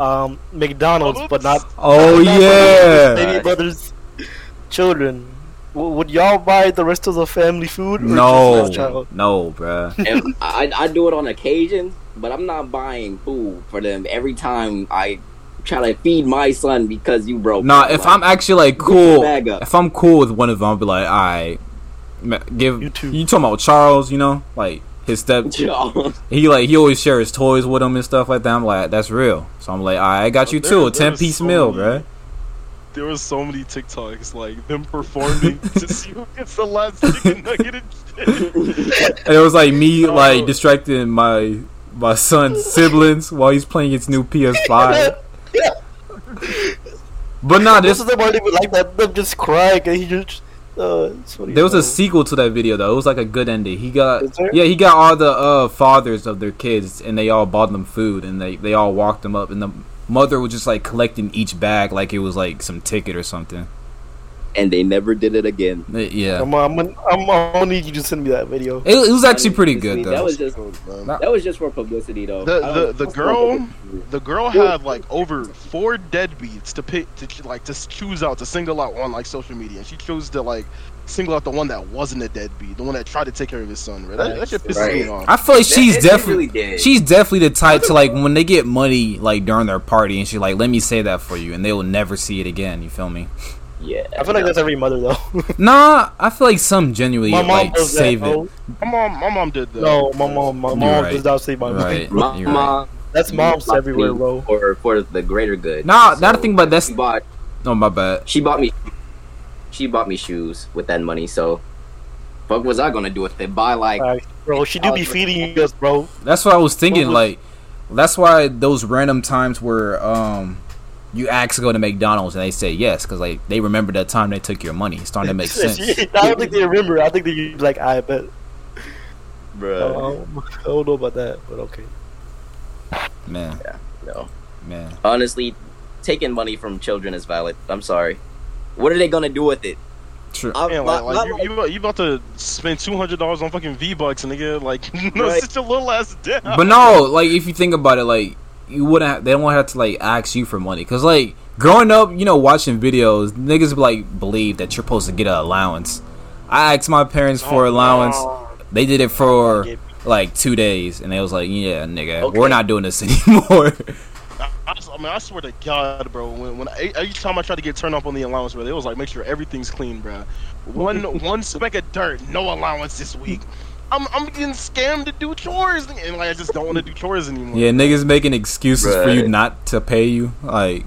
um, McDonald's, but not Oh not his yeah. baby brother's children. W- would y'all buy the rest of the family food? or just his No, child? no, bruh. And I, I do it on occasion, but I'm not buying food for them every time I try to feed my son because you broke. Nah, if [LAUGHS] I'm actually like cool, bag up. if I'm cool with one of them, I'll be like, I give You too. You talking about Charles? You know, like his step. I'm He like he always shares his toys with him and stuff like that. I'm like, that's real. So I'm like, I got you There- too, a there ten was piece so meal, many- bruh. There was so many TikToks like them performing [LAUGHS] to see who gets the last chicken nugget and shit. And it was like me Oh. like distracting my [LAUGHS] my son's siblings while he's playing his new PS5. But nah, This this is nobody would like that. I'm just crying. And he just. Uh, it's funny, there was bro. a sequel to that video though. It was like a good ending. He got Is there? yeah, he got all the uh, fathers of their kids, and they all bought them food, and they they all walked them up, and the mother was just like collecting each bag like it was like some ticket or something. and they never did it again. Uh, Yeah, I'm, I'm, I'm, I'm gonna need you to send me that video. it, it was actually pretty good Honestly, That though. was just that was just for publicity though. The- I don't- the- the that's girl- not publicity. The girl had like over four deadbeats to pick to ch- like to s- choose out to single out on like social media, and she chose to like single out the one that wasn't a deadbeat, the one that tried to take care of his son. Right? That, that shit pisses me Right. off. I feel like she's It- it definitely really did. she's definitely the type to like when they get money like during their party, and she's like, "Let me say that for you," and they will never see it again. You feel me? yeah. I feel like that's every mother though. Nah, I feel like some genuinely my mom like does save that. it. oh. My mom, my mom did though. No, my mom, my You're mom right. does not save my Right. money. My You're right. mom That's moms everywhere, bro. Or for the greater good. Nah, not a thing, but that's- she bought Oh my bad. she bought me she bought me shoes with that money, so fuck was I gonna do with it? Buy like Alright. Bro, she do be feeding us, bro. That's what I was thinking. What was- like, that's why those random times where um you ask to go to McDonald's and they say yes because like they remember that time they took your money. It's starting to [LAUGHS] make sense. I don't think they remember. I think they be like, I bet. I bruh. don't, I don't know about that, but okay. Man, No. man. Honestly, taking money from children is valid. I'm sorry. What are they gonna do with it? True. I'm Man, not- like, like, not you, like- you, about, you about to spend two hundred dollars on fucking V bucks, nigga? Like, [LAUGHS] no, Right. sit your little ass down. But no, like if you think about it, like you wouldn't. Have, they don't have to like ask you for money because like growing up, you know, watching videos, niggas like believe that you're supposed to get an allowance. I asked my parents Oh, for allowance. They did it for Okay. like two days, and they was like, "Yeah, nigga, Okay. we're not doing this [LAUGHS] anymore." I, I mean, I swear to God, bro. When, when I, every time I tried to get turned up on the allowance, bro, they was like, make sure everything's clean, bro. One [LAUGHS] one speck of dirt, no allowance this week. I'm I'm getting scammed to do chores, and like I just don't want to do chores anymore. Yeah, niggas making excuses for you Right. not to pay you. Like,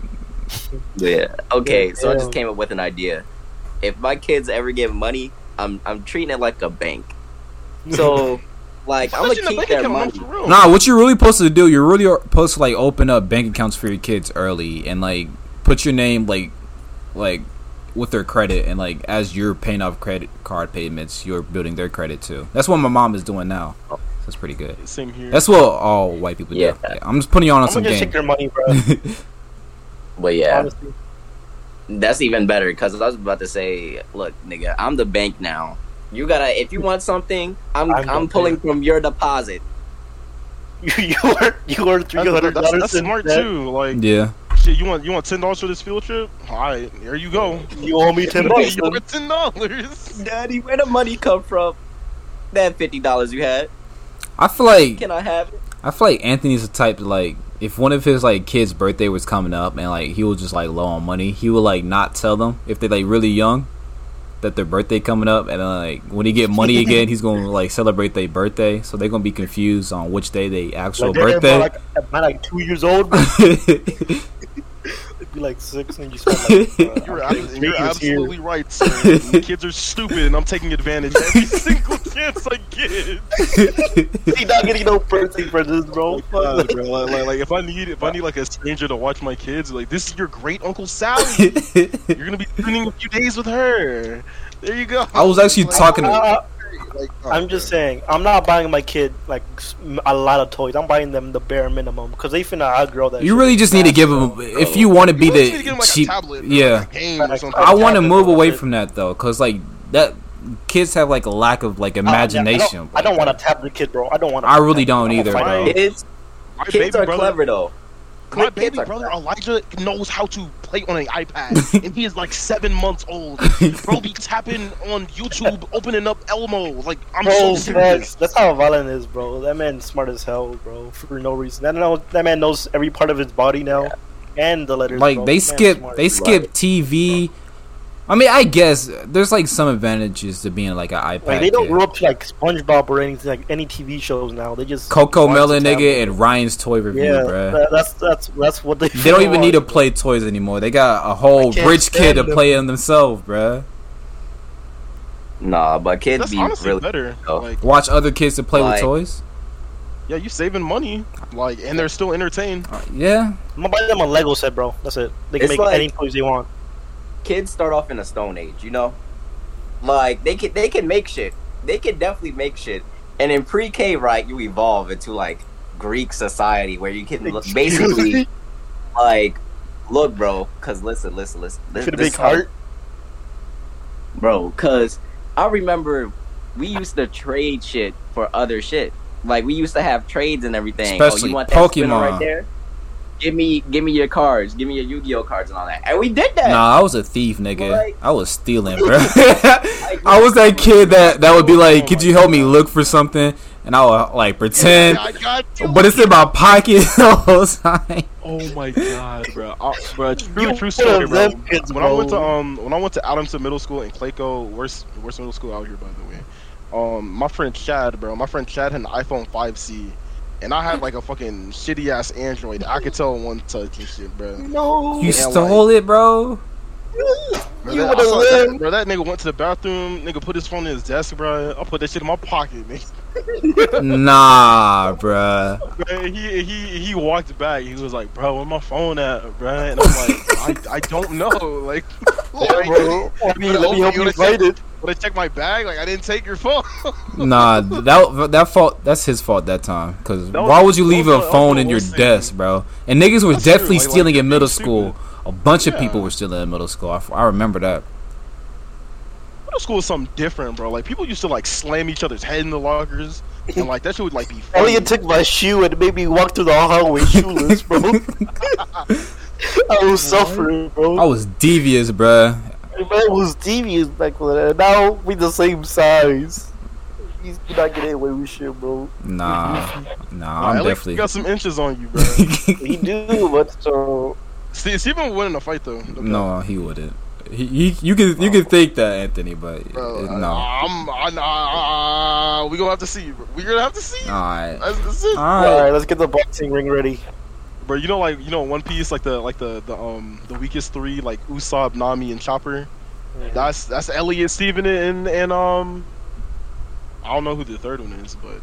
Yeah. Okay, so I just Yeah. came up with an idea. If my kids ever get money, I'm I'm treating it like a bank. [LAUGHS] So like How I'm much in gonna the bank keep their account, man, money. for Oh. real? nah, what you're really supposed to do, you're really are- supposed to like open up bank accounts for your kids early and like put your name like like with their credit and like as you're paying off credit card payments, you're building their credit too. That's what my mom is doing now. So That's pretty good. Same here. That's what all white people do. Yeah. Yeah, I'm just putting you on, on I'm some gonna just game. take your [LAUGHS] money, bro. But yeah. Honestly. That's even better because I was about to say, look, nigga, I'm the bank now. You gotta if you want something, I'm I'm I'm, the pulling from your deposit. [LAUGHS] You, you were you were three That's- hundred that's, dollars. that's smart too. Like, Yeah, shit, you want you want ten dollars for this field trip? All right, there you go. You owe me [LAUGHS] ten You bucks. son. want ten dollars? Daddy, where the money come from? That fifty dollars you had, I feel like can I have it? I feel like Anthony's the type to like if one of his like kids' birthday was coming up and like he was just like low on money, he would like not tell them if they're like really young that their birthday coming up and uh, like when he get [LAUGHS] money again he's gonna like celebrate their birthday so they're gonna be confused on which day they actual Like, they're birthday Like, I'm like two years old. but I'd be like six, and you spend [LAUGHS] like. You're, uh, ab- you're Vegas here. absolutely right, sir. The kids are stupid, and I'm taking advantage [LAUGHS] every single chance I get. He not getting no birthday presents, bro. Uh, bro, like, like, like, if I need if I need like a stranger to watch my kids, like this is your great uncle Sally. You're gonna be spending a few days with her. There you go. I was actually [LAUGHS] talking to Uh, Like, oh, I'm just saying, I'm not buying my kid like s- a lot of toys. I'm buying them the bare minimum because they finna outgrow [LAUGHS] that. you shit. really just need to give him if you want to be You really need to the get him, like, a cheap tablet, bro, yeah like, game or something. I want to tablet move or away something. from that though cause like that kids have like a lack of like I- I don't- imagination I don't, want a tablet kid, bro. I don't want. I really don't I'm either fine. though. Kids, My kids are clever though. My Kids baby are brother clever. Elijah knows how to play on an [LAUGHS] iPad, and he is like seven months old. Bro, be tapping on YouTube, opening up Elmo. Like I'm Bro, so facts. serious. that's how violent is, bro. That man's smart as hell, bro, for no reason. That, know, that man knows every part of his body now, and the letters. like bro. they Man's skip smart. they skip TV. I mean, I guess there's like some advantages to being like an iPad. Like they don't kid. grow up to like SpongeBob or anything like any TV shows now. They just Coco watch Melon the nigga tablet. and Ryan's toy review, yeah, bruh. that- that's that's that's what they. [LAUGHS] They don't even need to want. play toys anymore. They got a whole can't rich kid stand to them. play them themselves, bruh. Nah, but kids That's be honestly really better. Oh. Like Watch other kids to play with Like- toys. Yeah, you saving money, like, and they're still entertained. Uh, yeah, I'm gonna buy them a Lego set, bro. That's it. They can It's make like- any toys they want. Kids start off in a stone age, you know? Like they can they can make shit. They can definitely make shit. And in pre K right, you evolve into like Greek society where you can look, [LAUGHS] [LAUGHS] basically like look bro, cause listen, listen, listen. This, Should a this big heart. bro. Cause I remember we used to trade shit for other shit. Like we used to have trades and everything. Oh, Especially spinner Pokemon. there? Give me, give me your cards. Give me your Yu-Gi-Oh cards and all that. And we did that. [LAUGHS] nah, I was a thief, nigga. Like- I was stealing, bro. [LAUGHS] I was that kid that that would be like, "Could you help me look for something?" And I would like pretend, I got you. but it's in my pocket [LAUGHS] the whole time. Oh [LAUGHS] my god, bro! Uh, bro, true, You true story, one of bro. them kids, When I went to bro. um, when I went to Adamson Middle School in Clayco, worst worst middle school out here, by the way. Um, my friend Chad, bro, my friend Chad had an iPhone 5C, and I had like a fucking shitty ass Android. I could tell one touch and shit, bro. No. You Yeah, stole it, bro. Bro, You that- would've I saw that- lived. Bro, that nigga went to the bathroom. Nigga put his phone in his desk, bro. I put that shit in my pocket, [LAUGHS] nigga. Nah, bro. Bro, he he he walked back. He was like, "Bro, where my phone at, bro?" And I'm like, I, "I don't know." [LAUGHS] Like, bro. Let me, let me help you fight it. But I checked my bag. Like I didn't take your phone. [LAUGHS] Nah, that that fault. That's his fault that time. Cause That was- why would you that leave was a the- phone that in your was the worst desk, bro? And niggas were That's true, definitely like, like, stealing in middle stupid. school. A bunch of people Yeah. were stealing in middle school. I, f- I remember that. Middle school is something different, bro. Like people used to like slam each other's head in the lockers, and like that shit would like be. Funny. Elliot took my shoe and made me walk through the hallway shoeless, bro. [LAUGHS] I was suffering, bro. I was devious, bro. Man was devious back then. and Now we the same size. You not getting away with shit, bro. Nah, nah. Nah, I'm Elliot, definitely. [LAUGHS] You got some inches on you, bro. We do, but so See, Steven would win in a fight though. Okay. No, he wouldn't. He, he you can you can think that Anthony, but Bro, uh, I- no. All I'm, I, I, we gonna have to see. bro. We gonna have to see. right, all That's, that's it. all right. right. Let's get the boxing ring ready. Bro, you know, like you know, One Piece, like the like the the um the weakest three, like Usopp, Nami, and Chopper. That's that's Elliot, Steven, and and um, I don't know who the third one is, but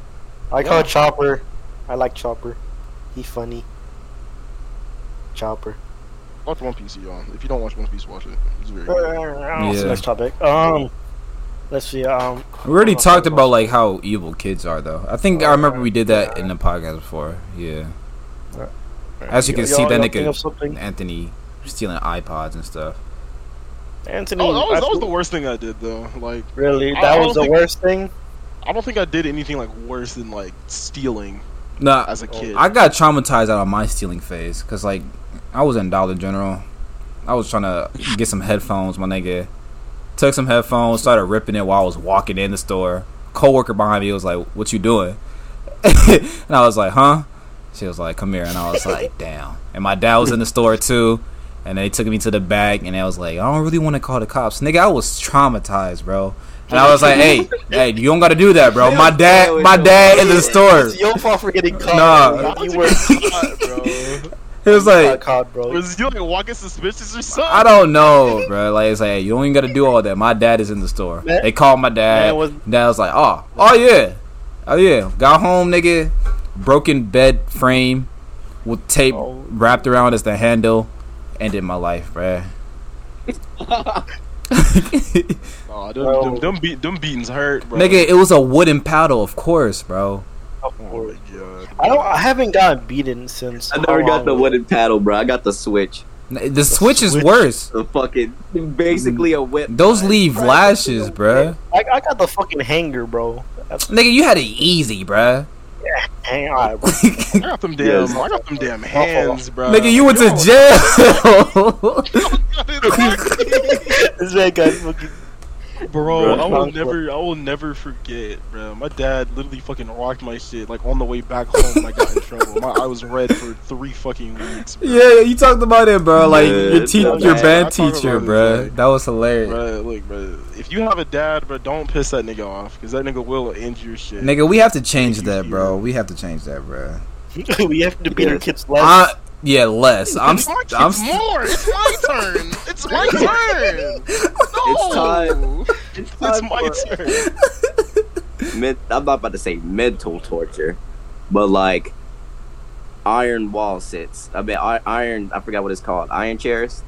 I call it Chopper. I like Chopper. He funny. Chopper. watch One Piece, y'all. If you don't watch One Piece, watch it. It's very good. Yeah. Yeah. Next topic. Um, let's see. Um, We already talked about like how evil kids are, though. I think I remember we did that in the podcast before. Yeah. As you y- can see, y'all- that y'all think of nigga something. Anthony stealing iPods and stuff. Anthony. Oh, that was, that was the absolutely- worst thing I did though. Like, really. I- That I was don't the think- worst thing. I don't think I did anything like worse than like stealing Nah, as a kid. I got traumatized out of my stealing phase because like I was in Dollar General. I was trying to get some headphones, my nigga. Took some headphones, started ripping it while I was walking in the store. Coworker behind me was like, "What you doing?" [LAUGHS] and I was like, "Huh?" She was like, "Come here," and I was [LAUGHS] like, "Damn." And my dad was in the store too, and they took me to the back, and I was like, "I don't really want to call the cops, nigga." I was traumatized, bro. And I was like, [LAUGHS] "Hey, hey, you don't gotta do that, bro." My dad, my dad in the store. It's your fault for getting caught. Nah. bro. How you did were you get caught, bro. He was got like, caught, bro. [LAUGHS] Was you like walking suspicious or something? I don't know, bro. Like it's like hey, you don't even gotta do all that. My dad is in the store. Man- They called my dad. Man was- dad was like, oh, oh yeah, oh yeah. Got home, nigga. Broken bed frame with tape Oh. wrapped around as the handle. Ended my life, [LAUGHS] bro. nigga, Aw, them, Bro. them, them, beat, them beatings hurt, bro. it was a wooden paddle, of course, bro. Of Oh course. my god. I don't. I haven't gotten beaten since. I never how got the long? wooden paddle, bro. I got the switch. N- The switch is switch. worse. The fucking basically a whip. Those leave lashes, bruh. I, I got the fucking hanger, bro. Nigga, you had it easy, bruh. Hang on, bro. [LAUGHS] I got them damn, Yes. I got them damn hands, bro. Nigga, you [LAUGHS] went to jail. [LAUGHS] this man got fucking. [LAUGHS] bro, I will Bro. never, I will never forget, bro. My dad literally fucking rocked my shit. Like on the way back home, I got in trouble. My I was red for three fucking weeks, bro. Yeah, you talked about it, bro. Like Yeah, your te- no, your man, I band talked teacher, about it, bro. like- That was hilarious, Bro, look, bro. If you have a dad, bro, don't piss that nigga off, cause that nigga will end your shit. nigga. We have to change Thank you, that, bro. Peter. We have to change that, bro. we have to beat our kids less. I, yeah, less. I'm It's my- it's I'm st- more. It's my turn. It's my turn. It's time. It's, It's time my for turn. men- I'm not about to say mental torture, but like iron wall sits. I mean, i- iron. I forgot what it's called. Iron chairs.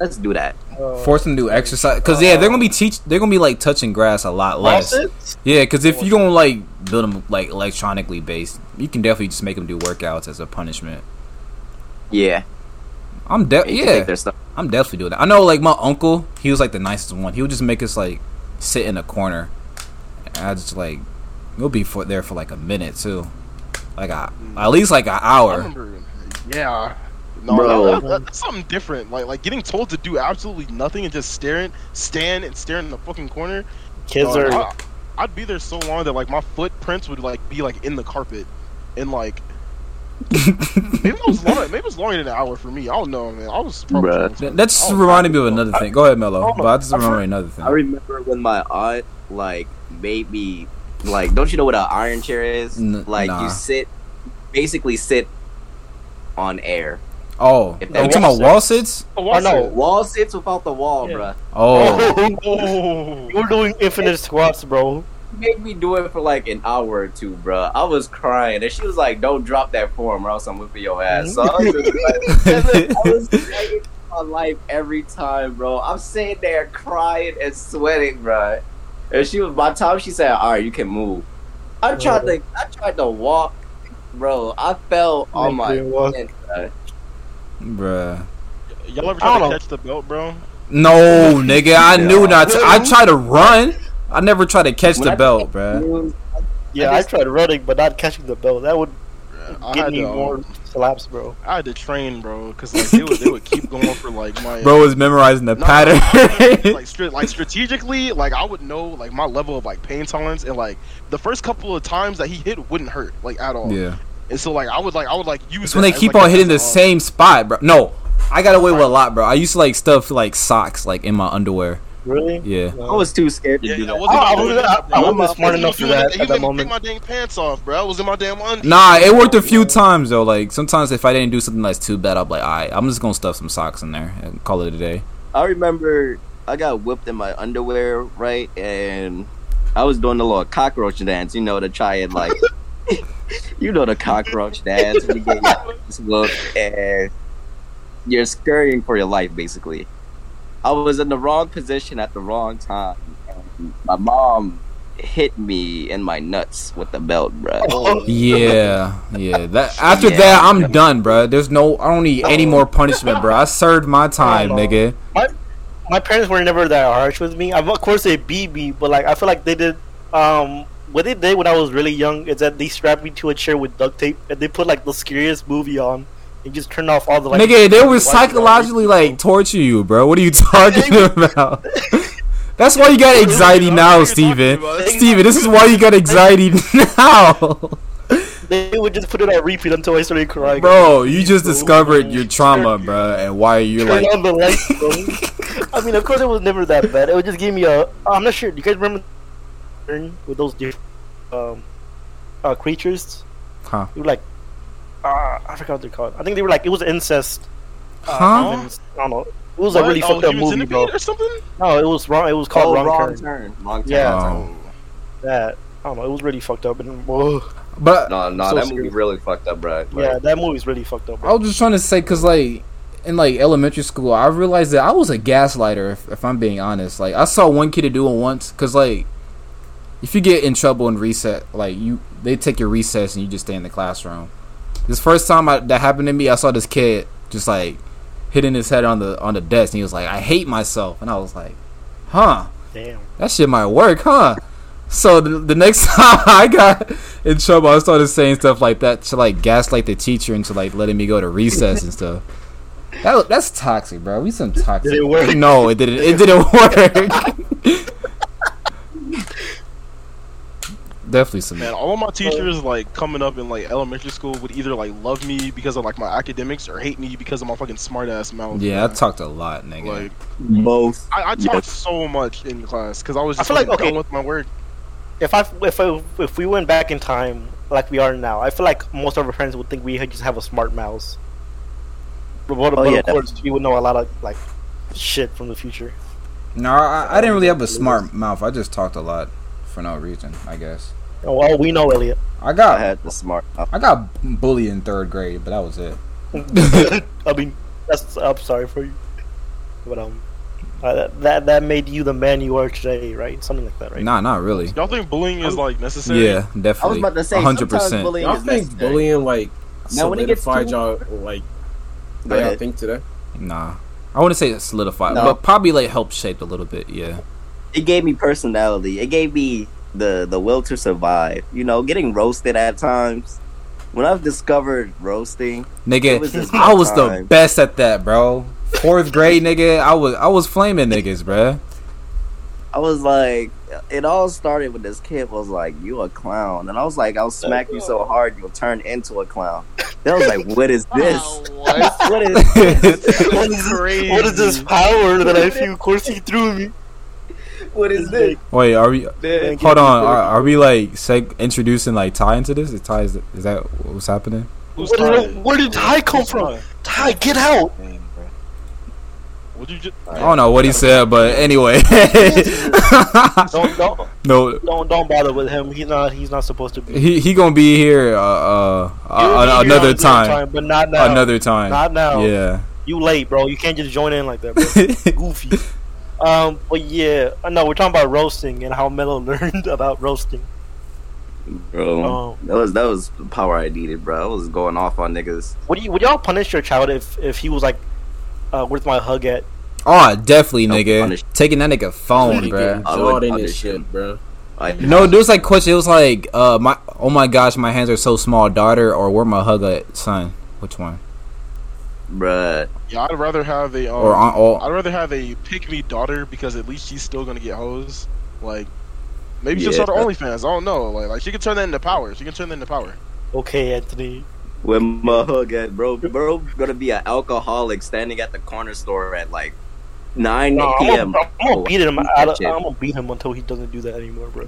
Let's do that. Uh, Force them to do exercise because yeah, they're gonna be teach. They're gonna be like touching grass a lot less. Lawsuits? Yeah, because if you don't like build them like electronically based, you can definitely just make them do workouts as a punishment. Yeah. I'm de- You can take yeah, their stuff. I'm definitely doing that. I know like my uncle, he was like the nicest one. He would just make us like sit in a corner. And I just like we'll be for there for like a minute too, like a, at least like an I hour. remember. Yeah. No, Bro. that- that- that's something different. Like like getting told to do absolutely nothing and just staring, stand and staring in the fucking corner. Kids Dog, are. I, I'd be there so long that like my footprints would like be like in the carpet, and like [LAUGHS] maybe it was long, maybe it was longer than an hour for me. I don't know, man. I was probably Bruh. That that Oh, just reminded me of another thing. Go ahead, Mello. But I just remember another I thing. remember when my aunt like made me like. Don't you know what an iron chair is? N- like nah. you sit, basically sit on air. Oh, are If we that talking wall about wall sits? Oh, no. Wall sits without the wall, Yeah. bruh. Oh, Oh, You [LAUGHS] were doing infinite squats, bro. She made me do it for like an hour or two, bruh. I was crying, and she was like, "Don't drop that form, or else I'm whipping your ass." So I was [LAUGHS] just like, I was begging for my life every time, bro. I'm sitting there crying and sweating, bruh. And she was by the time she said, "All right, you can move," I tried to, I tried to walk, bro. I fell on my Make me walk. head, bruh. bruh. y'all ever I try don't to know. catch the belt, bro? No, nigga, I knew not. To, I try to run. I never try to catch When the I belt, [LAUGHS] tried to bruh. move, Yeah, I I, just- tried running, but not catching the bell. That would I get had me to, um, more slaps, bro. I had to train, bro, because like they would, they would keep going for like my Bro was memorizing the No, pattern. like stri- like strategically, like I would know like my level of like pain tolerance, and like the first couple of times that he hit wouldn't hurt like at all. [LAUGHS] yeah. And so like I would like I would like use. It's when that they as, keep like, a on uh, hitting the defense same spot, bro. No, I got away with a lot, bro. I used to like stuff like socks, like in my underwear. Really? Yeah. I was too scared to Yeah, do yeah, that. I wasn't Oh, I doing was- that, I- I bro. wasn't smart enough He for was that in- at He made that me moment. take my dang pants off, bro. I was in my damn undies. [LAUGHS] Nah, it worked a few times though. Like sometimes if I didn't do something that's too bad, I'm like, all right, I'm just gonna stuff some socks in there and call it a day. I remember I got whipped in my underwear, right? And I was doing the little cockroach dance, you know, to try and like, [LAUGHS] you know, the cockroach dance. When you get your ass whooped and you're scurrying for your life, basically. I was in the wrong position at the wrong time. and my mom hit me in my nuts with the belt, Oh, bruh. Yeah, yeah. That after that, I'm done, bro. There's no, I don't need any more punishment, bro. I served my time, no. nigga. my parents were never that harsh with me. Of course, they beat me, but like I feel like they did. Um, what they did when I was really young is that they strapped me to a chair with duct tape and they put like the scariest movie on and just turned off all the like. nigga, they were lights and all. psychologically like torture you, bro. [LAUGHS] What are you talking about? [LAUGHS] That's why you got anxiety now, Steven. Steven, this is why you got anxiety [LAUGHS] now. They would just put it on repeat until I started crying. Bro, you just Bro. discovered your trauma, bro, and why you're Turn like, on the lights. [LAUGHS] Bro. I mean, of course, it was never that bad. It would just give me a. I'm not sure. Do you guys remember with those different um, uh, creatures? Huh. They were like, uh, I forgot what they're called. I think they were like it was incest. Uh, Huh? demons. I don't know. It was a really What? Oh, fucked up Human movie, bro. Centipede or something? No, it was wrong. It was called Oh, Wrong, Turn. turn. Wrong turn. Yeah. oh. That I don't know. It was really fucked up. And whoa, But No, no, So that scary. movie really fucked up, bruh. Like, yeah, that movie's really fucked up. I Bro. was just trying to say, cause like in like elementary school, I realized that I was a gaslighter. If, if I'm being honest, like I saw one kid do it once, cause like if you get in trouble in reset, like you they take your recess and you just stay in the classroom. This first time I, that happened to me, I saw this kid just like hitting his head on the on the desk, and he was like, "I hate myself," and I was like, "Huh." Damn. that shit might work, huh? So the, the next [LAUGHS] time I got in trouble, I started saying stuff like that to like gaslight the teacher into like letting me go to recess and stuff. That, that's toxic, bro. We some toxic. it work? No, it didn't. It didn't [LAUGHS] work. Definitely some. Man, all of my teachers like coming up in like elementary school would either like love me because of like my academics or hate me because of my fucking smart ass mouth. Yeah, I man. talked a lot, nigga. like both. I, I Yeah. talked so much in class because I was I just feel like- fucking okay. done with my work. If I if I, if we went back in time like we are now, I feel like most of our friends would think we had- just have a smart mouse. But, what- Oh, but yeah. of course, we would know a lot of like shit from the future. No, I, I didn't really have a smart mouth. I just talked a lot for no reason, I guess. Oh, well, we know [LAUGHS] Elliot. [LAUGHS] I I got had the smart. I got bullied in third grade, but that was it. I mean, that's I'm sorry for you, but um, uh, that- that that made you the man you are today, right? Something like that, right? Nah, not really. Y'all think bullying is like necessary? Yeah, definitely. I was about to say, sometimes bullying Y'all is think necessary. bullying like Now, when it gets solidified too- y'all like Go how y'all ahead. think today? Nah. I wouldn't say it solidified, No. but probably like helped shape a little bit, yeah. it gave me personality. It gave me the the will to survive. You know, getting roasted at times. When I've discovered roasting, Nigga, It was just I was the time. best at that, bro. Fourth grade, nigga, I was I was flaming niggas, bruh. [LAUGHS] I was like, it all started with this kid was like, "You a clown," and I was like, "I'll smack you so hard you'll turn into a clown." They was like, "What is [LAUGHS] this? what? What is?" [LAUGHS] What is this, Crazy. what is this power that I feel coursing through me? What is this? Wait, are we? Man, Hold on, are, are we like seg- introducing like Ty into this? Is Ty is, is that what's happening? Who's Where did- tired? where did Ty come Who's from? tired? Ty, get out! Damn, bro. Would you just? I don't know what he said, but anyway. [LAUGHS] Don't don't no, don't don't bother with him. He's not he's not supposed to be. he he gonna be here uh, uh, He'll be uh, here another another time, but not now. another time. Not now. Yeah. You late, bro. You can't just join in like that, [LAUGHS] bro. Goofy. Um, but yeah, uh, no, we're talking about roasting and how Melo [LAUGHS] learned about roasting. Bro, Oh. that was that was the power I needed, bro. I was going off on niggas. Would you would y'all punish your child if if he was like, uh, "Where's my hug at?" Oh, definitely, Don't nigga. punish- uh, Taking that nigga phone, Really getting bruh. I jawed would in this understand. shit, bro. Like, No, there was like question. It was like, uh, my oh my gosh, my hands are so small, daughter, or where my hug at, son? Which one? bruh. Yeah, I'd rather have a. Um, Or uh, oh, on all? I'd rather have a pick me daughter because at least she's still gonna get hoes. Like, maybe she'll Yeah. start her OnlyFans. I don't know. Like, like she can turn that into power. She can turn that into power. Okay, Anthony. When my hug at bro, bro, gonna be an alcoholic standing at the corner store at like nine No, I'm p.m. gonna, I'm gonna beat him. Eat Out that of, shit. I'm gonna beat him until he doesn't do that anymore, bro.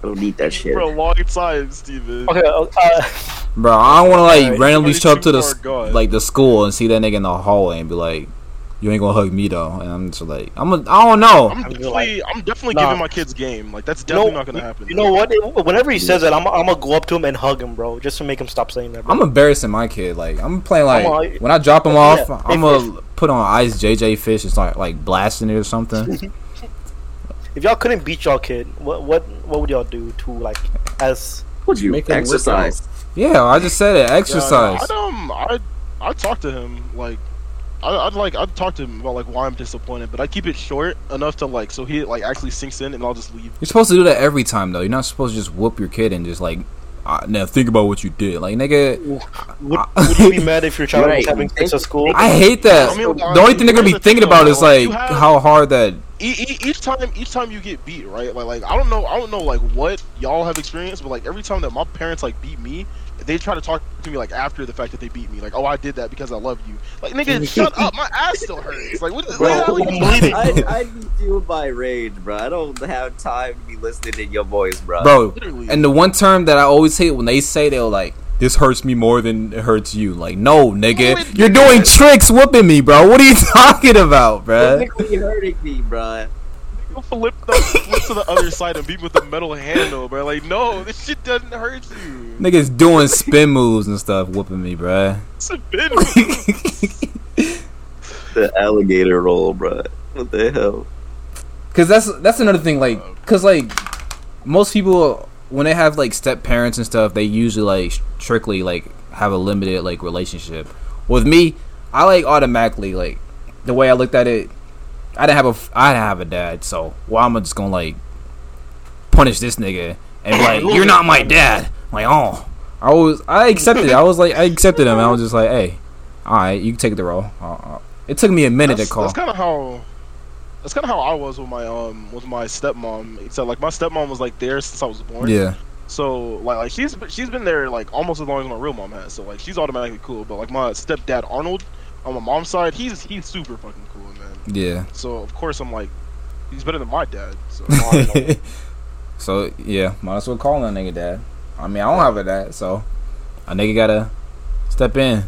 Don't need that shit. For a long time, Steven. Okay, uh, uh, Bro, I don't want to like Alright, somebody randomly show up to the shoot s- our guy. like the school and see that nigga in the hallway and be like, "You ain't gonna hug me though," and I'm just like, "I'm a, I don't know." I'm I'm definitely, like- I'm definitely Nah. giving my kids game. Like that's you know, definitely not gonna happen. You know what? Whenever he says that, I'm, I'm gonna go up to him and hug him, bro, just to make him stop saying that. Bro. I'm embarrassing my kid. Like I'm playing like Come on. when I drop him Yeah, off, if- I'm gonna put on Ice JJ Fish and start like blasting it or [LAUGHS] something. if y'all couldn't beat y'all kid, what what what would y'all do to like as Would you Make it work exercise? yeah, I just said it. Yeah, no, Exercise. I'd um, I'd, I'd talk to him like, I, I'd like, I'd talk to him about like why I'm disappointed, but I keep it short enough to like so he like actually sinks in, and I'll just leave. You're supposed to do that every time though. You're not supposed to just whoop your kid and just like, uh, now think about what you did. Like nigga, would, [LAUGHS] would you be mad if your child was Right. having sex at school? Uh, I hate that. I mean, the only thing they're gonna be here's the thing, thinking about though, is like you have- how hard that. E- e- each time, each time you get beat, right? Like, like I don't know, I don't know like what y'all have experienced, but like every time that my parents like beat me, they try to talk to me like after the fact that they beat me, like, oh, I did that because I love you. Like, nigga, shut up, my ass still hurts. Like, what? what Bro, hell are [LAUGHS] you- I I beat you by rage, bro. I don't have time to be listening to your voice, bro. Bro, Literally. and the one term that I always hate when they say they'll like, this hurts me more than it hurts you. Like, no, No, it nigga, you're doing tricks whooping me, bro. What are you [LAUGHS] talking about, bro? Physically hurting me, bro. Go flip, the, flip to the other side and beat with the metal handle, bro. Like, no, this shit doesn't hurt you. Niggas doing spin moves and stuff whooping me, bruh. [LAUGHS] It's a bit. The alligator roll, bro. What the hell? Cause that's that's another thing, like, cause like most people when they have like step parents and stuff, they usually like strictly like have a limited like relationship. With me, I like automatically like the way I looked at it. I didn't have a f- I didn't have a dad, so why am I just gonna like punish this nigga and be like you're not my dad? Like oh, I was I accepted it. I was like I accepted him. I was just like hey, all right, you can take the role. Uh, uh. It took me a minute That's, to call. that's kind of how. That's kind of how I was with my um with my stepmom. Except like my stepmom was like there since I was born. yeah. So like like she's she's been there like almost as long as my real mom has. So like she's automatically cool. But like my stepdad Arnold on my mom's side, he's he's super fucking cool, man. Yeah. So of course I'm like, he's better than my dad. So [LAUGHS] [LAUGHS] so yeah, might as well call that nigga dad. I mean, I don't have a dad, so a nigga gotta step in.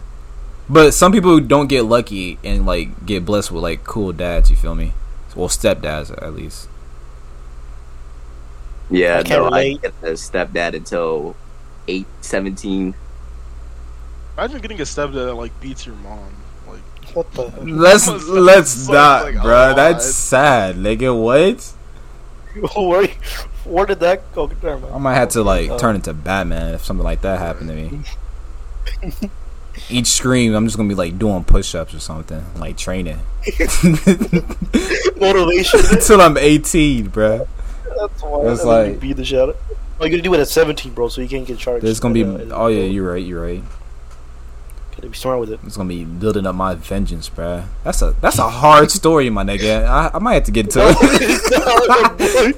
But some people don't get lucky and like get blessed with like cool dads. You feel me? Well, stepdads at least. Yeah, I can't no, I relate. get a stepdad until eight, seventeen. Imagine getting a stepdad that like beats your mom. Like What the? [LAUGHS] Let's Almost [LAUGHS] let's sounds not, like a bruh. lot. That's sad, nigga. What? Where, where did that go? Never mind. I might have to like Uh, turn into Batman if something like that happened to me. [LAUGHS] Each scream, I'm just gonna be like doing push-ups or something, [LAUGHS] like training [LAUGHS] Uh, motivation. until I'm 18, bruh. That's why. That's That's like you like- beat the shit out of. Well, you gotta do it at 17, bro, so you can't get charged. There's gonna be, Uh, oh yeah, you're right, you're right. gotta be smart with it. It's gonna be building up my vengeance, bruh. That's a that's a hard story, my nigga. I, I might have [LAUGHS] to get [LAUGHS] to no, it.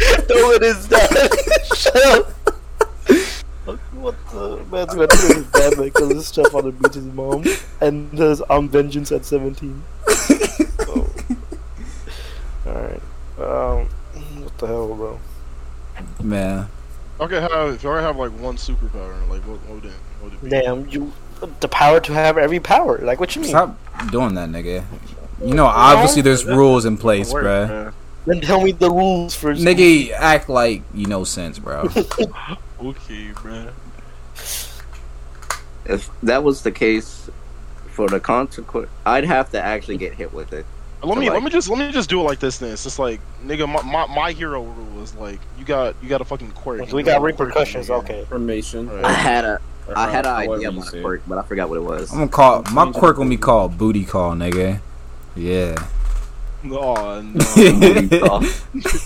[LAUGHS] it is not. Shut up. What the man's gonna do is bad because this stuff on the beach his mom and there's on vengeance at 17. Oh. Alright. Um, what the hell, bro? Man, okay, how if you already have like one superpower, like what, what would it what would it be? Damn, you. The power to have every power. Like, what you mean? stop doing that, nigga. You know, obviously there's rules in place, Work, bruh. man. Then tell me the rules first. Nigga, act like you know sense, bro. Okay, bruh. If that was the case, for the consequence, I'd have to actually get hit with it. Let me like- let me just let me just do it like this. Then it's just like nigga, my, my, my hero rule is like you got you got a fucking quirk. We You got a quirk, repercussions, nigga. okay. Information. All I right. had a, or I had how- an however idea you about say a it. quirk, but I forgot what it was. [LAUGHS] I'm gonna call my quirk gonna be called booty call, nigga. Yeah. [LAUGHS] Aw, no. [LAUGHS] That's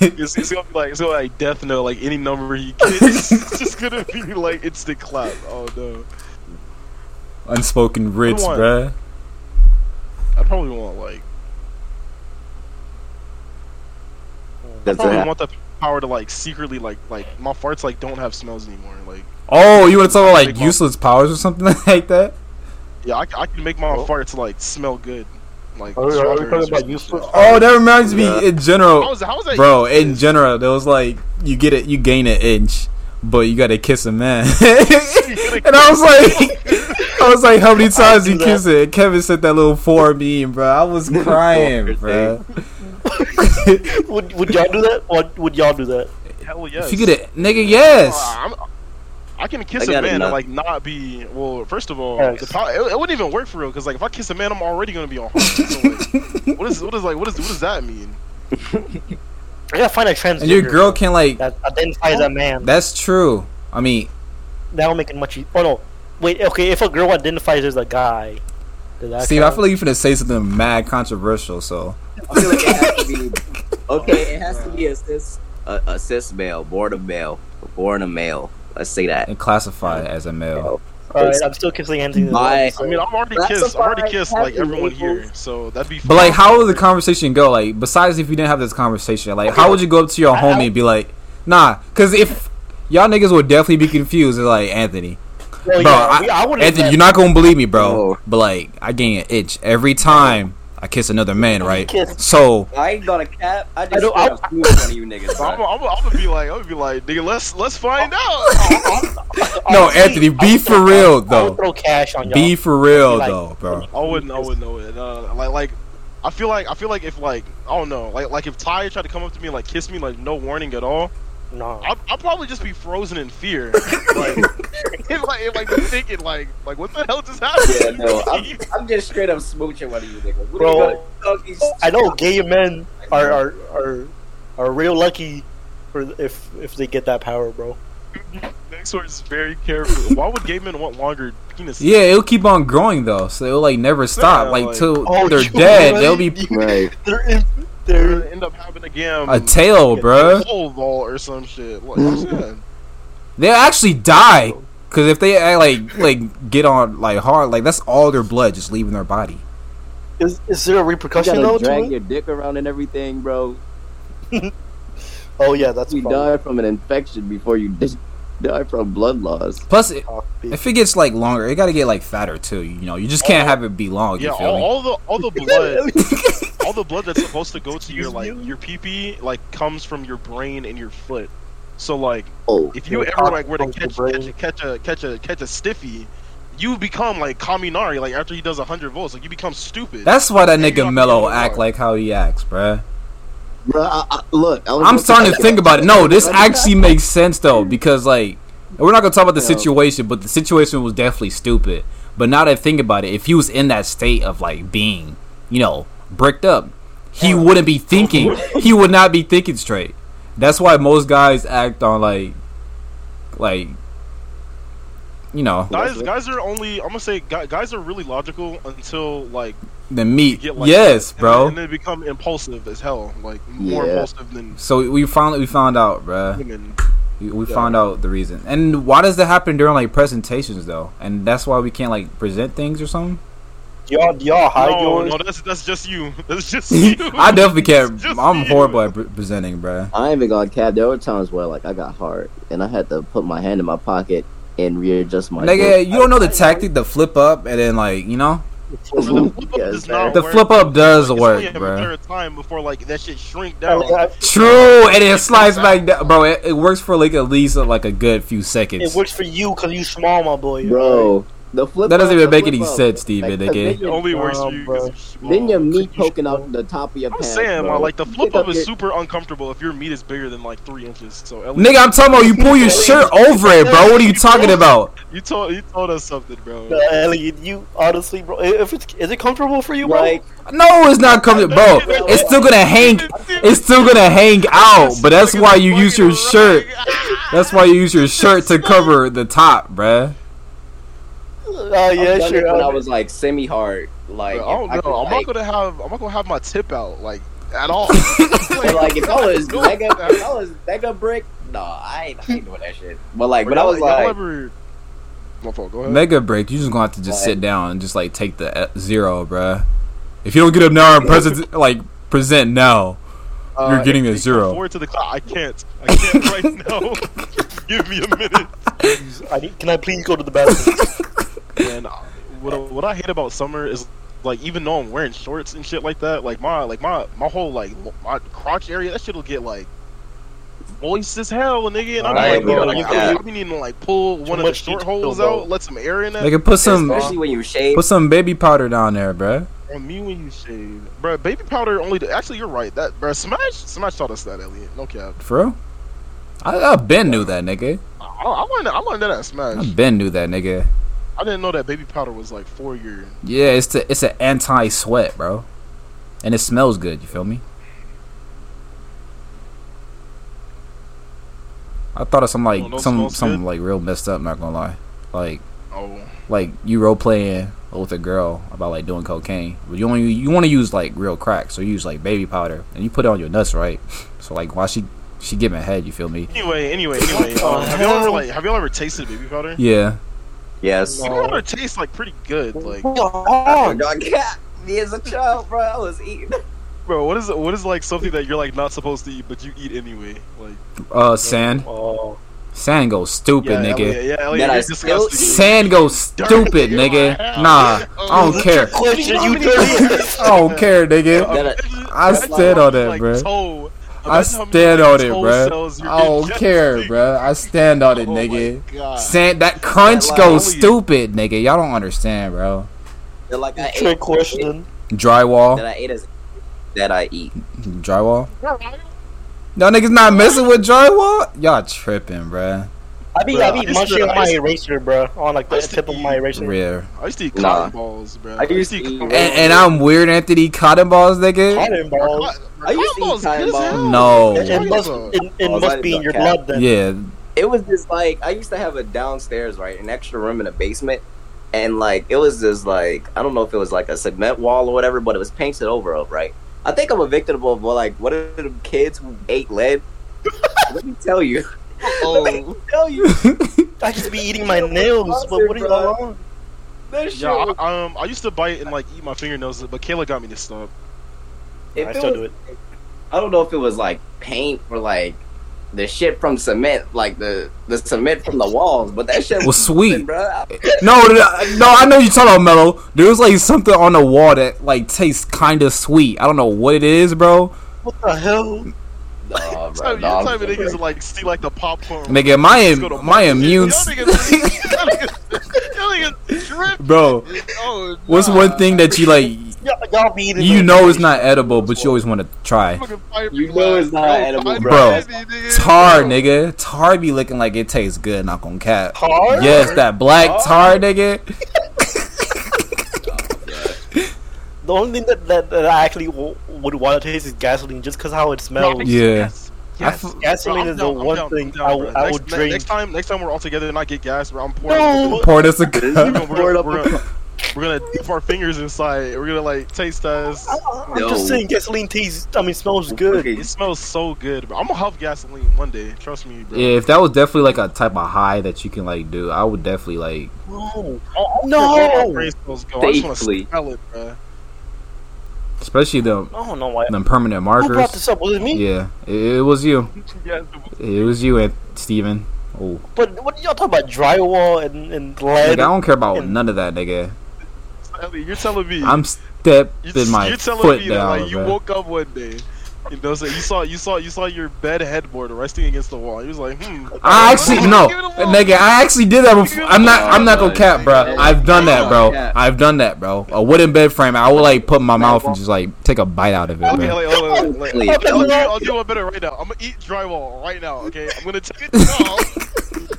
it's, it's gonna be like it's gonna be like death note. Like any number he gets, it's just gonna be like instant clap. Oh no, Unspoken writs, one. bruh. I probably want like I what probably happened. want the power to like secretly like like my farts like don't have smells anymore. Like Oh, you wanna talk about like Big one. useless powers or something [LAUGHS] like that? yeah, I, I can make my Oh. farts like smell good. Like Are we, are we strawberries or talking about some useless? shit. Oh, that reminds me Yeah. in How general is, [LAUGHS] how is that? Bro, in general, there was like you get it you gain an inch, but you gotta kiss a man. [LAUGHS] and I was like I was like, how many times do you that. kiss it? And Kevin sent that little four meme, bro. I [LAUGHS] was crying, Four bruh. Would, would y'all do that? Or would y'all do that? hell yes. If you get it, nigga, yes. Uh, I'm- I can I kiss a got man and enough. like not be well. First of all, Yes. the power, it, it wouldn't even work for real because like if I kiss a man, I'm already gonna be on hard. so, like, [LAUGHS] what is what is like what is what does that mean? I gotta find a transgender. And your girl can like. that identifies as a man. That's true. I mean, That'll make it much easier. Oh no, wait. Okay, if a girl identifies as a guy, does that Steve, I count? feel like you're gonna say something mad controversial. So I feel like it has to be. Okay, it has to be a cis, a, a cis male, born a male, born a male. Let's say that. and classify it as a male. Alright, I'm still kissing Anthony. as well, My- so- I mean, I'm already That's kissed. I'm already why kissed I like have everyone labels. here, so that'd be. But like, how would the conversation go? Like, besides if you didn't have this conversation, like, how would you go up to your homie and be like, "Nah," because if y'all niggas would definitely be confused, it's like Anthony, Well, bro, yeah, I- we- I wouldn't Anthony, let- you're not gonna believe me, bro. No. But like, I gain an itch every time I kiss another man, right? kiss. So I ain't gonna cap. I I just don't- I up smooth on you [LAUGHS] niggas. So I'm, bro. I'm, I'm gonna be like, I'm gonna be like, nigga, let's let's Oh. find [LAUGHS] out. no, I'll- Anthony, I'll be for throw- real I'll though. throw cash on y'all. Be for real Like- though, bro. I wouldn't, I wouldn't know it. Uh, like like, I feel like I feel like if like I don't know, like like if Ty tried to come up to me and like kiss me like no warning at all, No. I'll, I'll probably just be frozen in [LAUGHS] fear, like, and, like, and, like thinking, like, like what the hell just Yeah, happened? no, I'm, [LAUGHS] I'm just straight up smooching one of you niggas. What Bro, are you gonna do? I know gay men are are are, are real lucky for if if they get that power, bro. Next word is very careful. Why would gay men want longer penises? Yeah, it'll keep on growing though, so it'll like never stop. Yeah, like, like- till Oh, [LAUGHS] they're you dead, really- they'll be Right. They're in, They're they're gonna end up having a gam a tail, bruh. pole vault or some shit. Like, yeah. They'll actually die because if they act like like get on like hard, like that's all their blood just leaving their body. is, is there a You repercussion gotta though? To drag it? your dick around and everything, bro. Oh yeah, that's You probably- die from an infection before you dis- die from blood loss. Plus, it, Oh, be- if it gets like longer, it gotta get like fatter too. You know, you just can't have it be long. Yeah, you feel all, me? all the all the blood, [LAUGHS] all the blood that's supposed to go to your like your PP like comes from your brain and your foot. So like, Oh, if you Yeah, ever like were to comes to catch catch a, catch brain. a catch a catch a stiffy, you become like Kaminari. Like after he does hundred volts, like you become stupid. that's why that nigga Yeah. Mello act like how he acts, bruh. Bro, I, I, look, I was I'm looking starting at to it. think about it. No, this actually makes sense though because like we're not gonna talk about the situation, but the situation was definitely stupid. But now that I think about it, if he was in that state of like being, you know, bricked up, he wouldn't be thinking. He would not be thinking straight. That's why most guys act on like, like, you know, Guys, guys are only. I'm gonna say guy- guys are really logical until like the you meat. get like Yes, and bro. then- and they become impulsive as hell. Like more Yeah. impulsive than So we finally we found out, bruh. women. We, we found out the reason. And why does that happen during like presentations though? And that's why we can't like present things [LAUGHS] or something. Y'all, do y'all hide No, yours. no, that's that's just you. [LAUGHS] That's just you. [LAUGHS] I definitely can't. Just I'm you. horrible at pre- presenting, bruh. I ain't even gonna cap. There were times where like I got hard and I had to put my hand in my pocket and readjust my. [LAUGHS] Nigga, you don't know the tactic, the flip up, and then like you know, Bro, the [LAUGHS] flip up Yeah, does it's not the work. flip up does It's work, only a matter bruh. of time before like that shit shrink I down. mean, I- True, [LAUGHS] and it slides back down, bro. It, it works for like at least uh, like a good few it seconds. works for you because you small, my boy. bro. The flip. That doesn't up, even the make any flip up. sense, Steven, Like, 'cause nigga. then It your- only works for Oh, you bro. because Then [LAUGHS] your meat poking out the top of your I'm pants. saying, like, bro. like the You flip pick up is your- super uncomfortable if your meat is bigger than like three inches. So, Elliot, Nigga, I'm talking about you pull your shirt over it, bro. What are you talking about? you told you told us something, bro. No, Elliot, you honestly, bro. If it's is it comfortable for you, bro? Like, No, it's not coming, bro. It's still gonna [LAUGHS] hang. It's still gonna hang out, but that's why you use your shirt. That's why you use your shirt to cover the top, bruh. oh I've yeah, done sure. it When I Elliot. was like semi hard, like Bro, I don't know. if could, I'm like, not gonna have I'm not gonna have my tip out like at [LAUGHS] all. But like if I was Go mega, with that. if I was mega brick, no, I ain't, I ain't doing that shit. But like, but I was Y'all like, ever- my fault. Go ahead. Mega break, you just gonna have to just sit down and just like take the uh, zero, bruh. If you don't get up now and present, like present now, Uh, you're getting a if you zero. come Forward to the clock. I can't. I can't right now. [LAUGHS] Give me a minute. I need, can I please go to the [LAUGHS] bathroom? And uh, what I- what I hate about summer is like even though I'm wearing shorts and shit like that, like my like my my whole like lo- my crotch area that shit'll get like moist as hell, nigga. And I'm Alright, like, bro, bro, like like, that. I be needing to like pull one of the much short detail, holes bro. out, let some air in they that. can put some especially when you shave. put some baby powder down there, bruh. On me when you shave, bro. Baby powder only. Actually, you're right. That bro, smash smash taught us that, Elliot. No cap. For real, I, I Ben knew that nigga. I, I learned that. I learned that at smash. I Ben knew that nigga. I didn't know that baby powder was like four year. Yeah, it's the, it's an anti sweat, bro, and it smells good. You feel me? I thought of some like Oh, no some smells some good? like real messed up. Not gonna lie, like. Oh, like you role playing with a girl about like doing cocaine, but you only you want to use like real crack, so you use like baby powder and you put it on your nuts, right? So like while she she giving head, you feel me? Anyway, anyway, anyway. the um, have y'all ever hell? like have y'all ever tasted baby powder? Yeah, yes. Baby powder tastes like pretty good. Like, Oh, Dog. dog, yeah. Me as a child, bro, I was eating. bro, what is what is like something that you're like not supposed to eat but you eat anyway? Like, uh, sand Oh, sand goes stupid, yeah, nigga. Elliot, yeah, Elliot, That I you're still- disgusting. Sand goes stupid, Dirty, nigga. wow. Nah, I don't care. question, you dirty. [LAUGHS] I don't care, nigga. That I- Imagine- I imagine stand how on much, it, like, bruh. toe- I imagine how many, stand like, on it, toe bro. cells you're I don't ingesting. care, bro. I stand on it, Oh my nigga. God. Sand that crunch That, like, goes only- stupid, nigga. Y'all don't understand, bro. That, like I Trick ate. question. That Drywall, I ate as that I eat. drywall. Y'all niggas not messing with drywall? Y'all tripping, bruh. I be, Bro, I I be used munching to- on I my used- eraser, bro. On like I the used to tip of my eat- eraser. Rare. I used to eat Nah. cotton balls, bro. I used to eat- cotton And, and I'm weird, Anthony Cotton balls, nigga. Cotton balls. I used to eat cotton balls. No. It, it must, it, it Oh, must that be is in your okay. blood then. Yeah, It was just like I used to have a downstairs, right, an extra room in the basement, and like it was just like I don't know if it was like a cement wall or whatever, but it was painted over up, right. I think I'm a victim of like what are the kids who ate lead. [LAUGHS] Let me tell you. Let me [LAUGHS] tell you. I just be eating my nails, but what are you Bro. on? That shit Yeah, was I, um, I used to bite and like eat my fingernails, but Kayla got me to stop. If I it still was- do it. I don't know if it was like paint or like the shit from cement, like the the cement from the walls, but that shit was sweet. bro. I- No, no, no, I know you're talking about Mellow. There was like something on the wall that like tastes kind of sweet. I don't know what it is, bro. What the hell? [LAUGHS] Nah, bro, Type, nah, your type of I'm niggas sorry. like see like the popcorn. Nigga, my Let's go to my Marcus. Y'all immune, [LAUGHS] niggas, y'all niggas, y'all niggas drip. bro. Oh, [LAUGHS] What's nah. one thing that you like? y'all, y'all be eating. You it. know it's not edible, but you always want to try. You know it's not edible, bro. Tar, nigga. Tar be looking like it tastes good, not gonna cap. Tar? Yes, that black tar, nigga. The only thing that, that, that I actually w- would want to taste is gasoline, just because how it smells. Yeah. Yes. I Yes. f- Gasoline is the one thing I w- I next, would ne- drink. Next time, next time we're all together and I get gas, bro, I'm pouring. [LAUGHS] No. Poured us a We're cup. gonna, we're, gonna, we're, gonna, we're gonna dip our fingers inside. We're gonna like taste us. I, I'm No. just saying, gasoline tastes. I mean, smells good. It smells so good, bro. I'm gonna huff gasoline one day. Trust me, bro. Yeah, if that was definitely like a type of high that you can like do, I would definitely like. No, Where my no. brain cells go. I just wanna Safely. smell it, bro. [LAUGHS] Especially the I don't know why. them permanent Who brought markers. this up? Was it me? Yeah, it, it was you. Yes, It was you, and Steven. Oh, But what y'all talking about? Drywall and and nigga, I lead. don't care about And- none of that, nigga. Ellie, you're telling me. I'm you're, stepping my you're telling foot me down. that like you bruh. woke up one day. You know, so you saw you saw you saw your bed headboard resting against the wall. You was like, hmm. I actually no, Give it a look. nigga. I actually did that before. I'm not. I'm not gonna cap, bro. I've done that, bro. Yeah. I've done that, bro. A wooden bed frame. I would like put my mouth and just like take a bite out of it, Okay, bro. like, hold on, like, Please. I'll, do, I'll do one better right now. I'm gonna eat drywall right now. Okay, I'm gonna [LAUGHS] take a towel.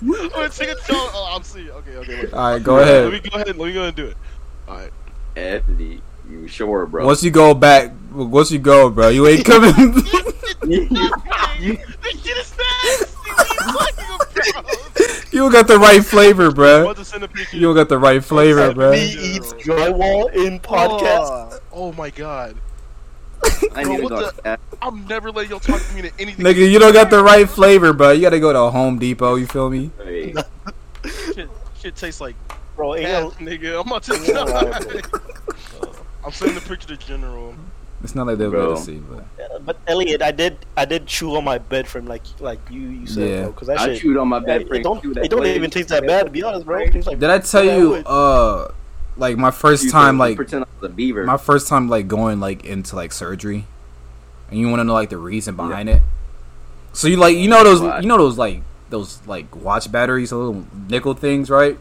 I'm gonna take a towel. Oh, I'm seeing. Okay, okay. Wait. All right, go Let me ahead. go ahead. Let me go ahead and do it. All right. Anthony, you sure, bro? Once you go back, once you go, bro, you ain't coming. [LAUGHS] [LAUGHS] This shit is nasty. What are you talking [LAUGHS] about? you don't got the right flavor, I'm bro. about to send a picture. You don't got the right flavor, bro. Me eats drywall in podcast. Oh, oh my god. Bro, I need to what go. Uh, I'm never letting y'all talk to me to anything. Nigga, you don't got the right flavor, bro. You gotta go to Home Depot. You feel me? hey, Shit, shit tastes like Bro, ain't ass, no- nigga. I'm about Yeah. to. [LAUGHS] I'm sending the picture to General. It's not like they'll be Bro. able to see, but but Elliot, I did, I did chew on my bed frame like, like you, you said, Yeah. bro, because that I shit. chewed on my bed it frame. don't, too, it don't way. even taste that bad to be honest, bro. It tastes like did I tell Yeah, you, would. uh, like my You first time, like pretend I was a beaver. my first time like going like into like surgery and you want to know like the reason behind it so you like you know those Why? you know those like those like watch batteries those little nickel things right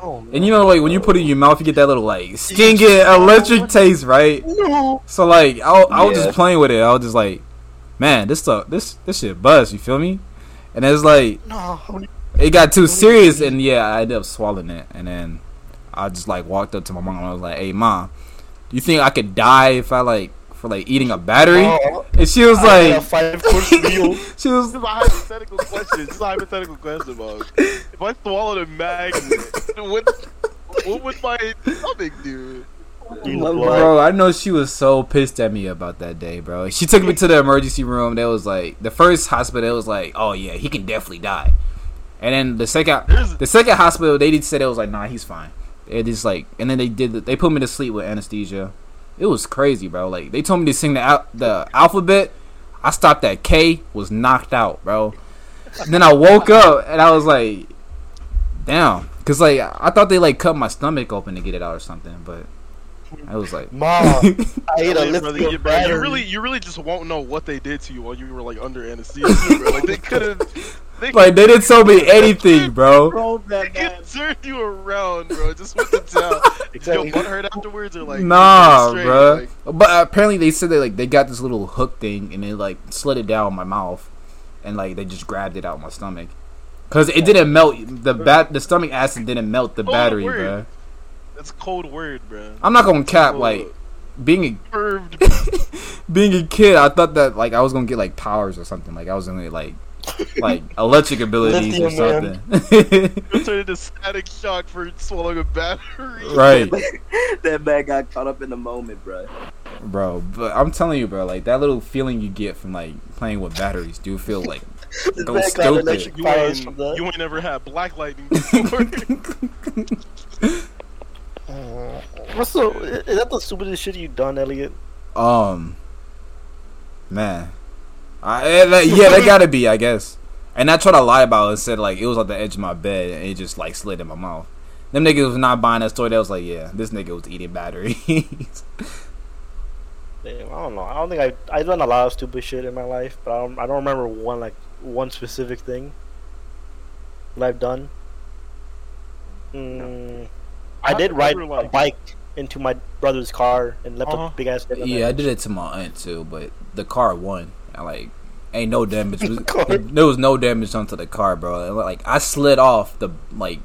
oh, man. and you know like when you put it in your mouth you get that little like stinking electric taste right no, so like i, I was Yeah. just playing with it i was just like man this stuff this this shit buzz you feel me and it's like Oh, no, it got too serious, and yeah, I ended up swallowing it. And then I just like walked up to my mom and I was like, "Hey, mom, do you think I could die if I like for like eating a battery?" Oh. and she was I had a [LAUGHS] like, five course meal. "She was This is a hypothetical question. This is a hypothetical question, Bob. If I swallowed a magnet, what, what would my stomach do? You Love know, bro, I know she was so pissed at me about that day, bro. She took me to the emergency room. They was like the first hospital. It was like, oh yeah, he can definitely die. And then the There's- second, the second hospital, they did said it was like, nah, he's fine. It is like, and then they did. the- They put me to sleep with anesthesia. It was crazy, bro. Like they told me to sing the al- the alphabet. I stopped at K. Was knocked out, bro. And then I woke up and I was like, damn, because like I thought they like cut my stomach open to get it out or something, but I was like, Ma, I Really, brother, ate a you, lithium bro, you battery. really, you really just won't know what they did to you while you were like under anesthesia. Bro. Like [LAUGHS] they could have, they like they didn't tell me anything, bro. Roll that could bad. have [LAUGHS] turned you around, bro. Just [LAUGHS] with the towel. Exactly. Your butt hurt afterwards, or like Nah, straight, bro. like- But apparently they said that like they got this little hook thing and it like slid it down my mouth, and like they just grabbed it out my stomach, cause it didn't melt the bat the stomach acid didn't melt the Oh, battery, word. bro. That's a cold word, bro. I'm not gonna cap Oh. like being Curved. a being a kid. I thought that like I was gonna get like powers or something. Like I was gonna [LAUGHS] get, like like electric abilities or Lithium, something. [LAUGHS] turned into static shock for swallowing a battery. [LAUGHS] right. that man got caught up in the moment, bro. bro. But I'm telling you, bro, like that little feeling you get from like playing with batteries do feel [LAUGHS] like go That kind of stupid. electric- You Fires ain't, from the- you ain't never had black [LAUGHS] lightning before. What's the? Is that the stupidest shit you done, Elliot? Um, man, I eh, that- yeah, that gotta be, I guess. And I tried to lie about it and said like it was on the edge of my bed and it just like slid in my mouth. Them niggas was not buying that story. They was like, yeah, this nigga was eating batteries. [LAUGHS] Damn, I don't know. I don't think I I've done a lot of stupid shit in my life, but I don't I don't remember one like one specific thing that I've done. Hmm, Mm, I I did ride remember, a like- bike into my brother's car and left Uh-huh. a big ass. Yeah, I did it to my aunt too, but the car won. I like ain't no damage. Car. there was no damage done to the car, bro. And, like I slid off the like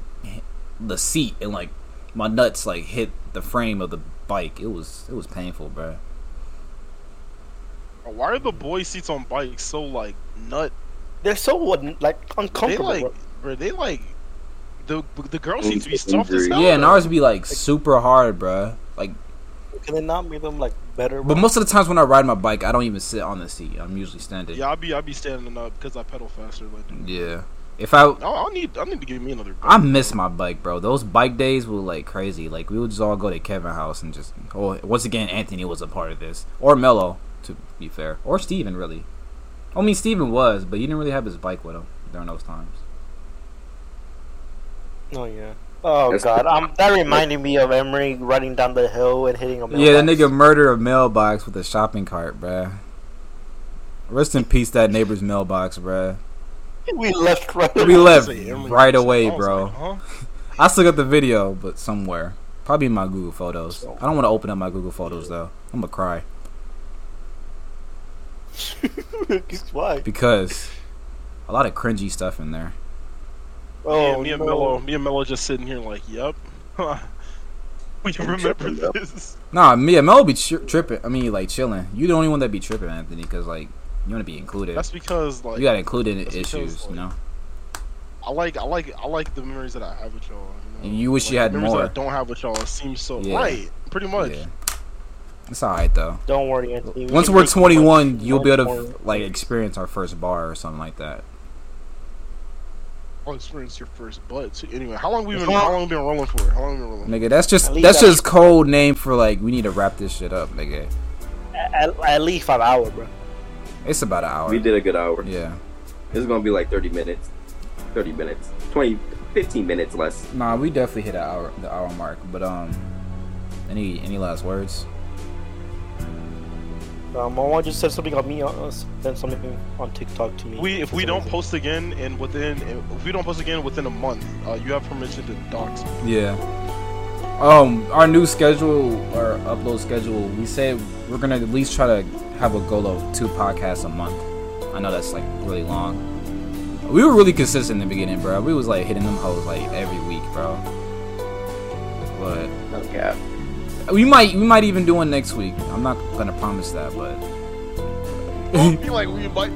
the seat and like my nuts like hit the frame of the bike. It was it was painful, bro. Bro, Why are the boy seats on bikes so like nut? They're so what like They uncomfortable. like, bro. bro, they like the the girl seats be soft as Injury. hell. Yeah, and though. ours be like super hard, bro. Like, Can they not make them like better? but bro? most of the times when I ride my bike, I don't even sit on the seat. I'm usually standing. Yeah, I be I be standing up because I pedal faster. Like, dude. Yeah. If I No, I need I need to give me another. I miss my bike, bro. Those bike days were like crazy. Like we would just all go to Kevin's house and just. Oh, once again, Anthony was a part of this, or Mello, to be fair, or Steven, really. I mean, Steven was, but he didn't really have his bike with him during those times. oh yeah. Oh That's- god, um, that reminded me of Emery running down the hill and hitting a mailbox. Yeah, that nigga murdered a mailbox with a shopping cart, bruh. Rest in peace, that neighbor's mailbox, bruh. [LAUGHS] We left right. We left Say, Emily, right I was away, like, bro. huh? I still got the video, but somewhere, probably in my Google Photos. I don't want to open up my Google Photos though. I'm gonna cry [LAUGHS] Why? because a lot of cringy stuff in there. Oh, Oh, me and no. Mello, me and Mello just sitting here like, yep. [LAUGHS] we remember tripping, bro. this. Nah, me and Mel be chi- tripping. I mean, like chilling. You the only one that be tripping, Anthony, because like you want to be included. That's because like you got included in that's issues, because, you know. I like I like I like the memories that I have with y'all. You, know? And you wish Like, you had the memories more. That I don't have with y'all. It seems so Yeah. right, pretty much. Yeah. It's all right though. Don't worry, Anthony. Once can we're make- 21, you'll be able to Don't worry. like experience our first bar or something like that. I'll experience your first butt. So, anyway, how long we been how long we been rolling for? How long we been rolling? Nigga, that's just At least that's I- just code name for like we need to wrap this shit up, nigga. at, at least five hour, bro. It's about an hour. We did a good hour. Yeah. It's gonna be like 30 minutes, 30 minutes, 20, 15 minutes less. Nah, we definitely hit the hour the hour mark. But um, any any last words? Um, I want you to send something on me, uh, send something on TikTok to me. We if we don't post again and within if we don't post again within a month, uh, you have permission to dox. me. Yeah. Um, our new schedule, our upload schedule, we said we're gonna at least try to have a goal of two podcasts a month. I know that's like really long. We were really consistent in the beginning, bro. We was like hitting them hoes like every week, bro. But No cap. we might we might even do one next week. I'm not gonna promise that, but Don't [LAUGHS] be like we [LAUGHS] might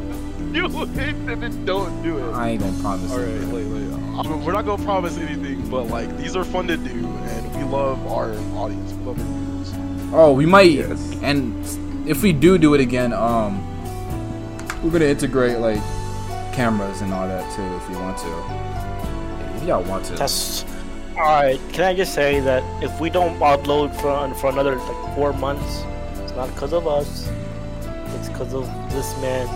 do it and then don't do it. I ain't gonna promise All it. right, bro. wait, wait. Uh, we're not gonna promise anything, but like these are fun to do, and we love our audience. We love our viewers. Oh, we might. Yes. And if we do do it again, um, we're gonna integrate like cameras and all that too, if you want to. If y'all want to. That's all right. Can I just say that if we don't upload for for another like four months, it's not because of us. It's because of this man,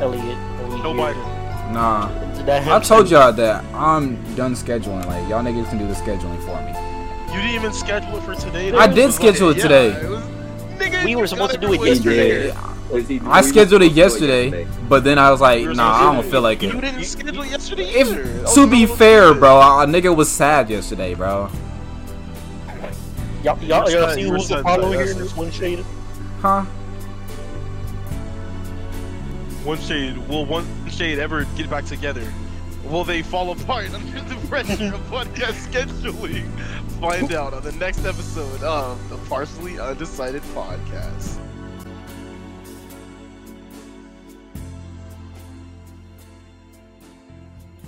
Elliot. over Joe here. Biden. nah. That I told y'all that I'm done scheduling. Like y'all niggas can do the scheduling for me. You didn't even schedule it for today. I though? did It was schedule it yeah, today. it was- nigga, We were you supposed gotta to do it yesterday. I scheduled it yesterday, but then I was like, You were nah, I supposed don't to- feel like You it. didn't schedule it yesterday. either. Oh, That If was to be another fair, bullshit. bro, a nigga was sad yesterday, bro. y'all. Y'all, You were y'all saying- see you were who's the saying follower that, here? that's This one shade. Huh? one shade will one shade ever get back together? Will they fall apart [LAUGHS] under the pressure of podcast scheduling? Find out on the next episode of the Partially Undecided Podcast.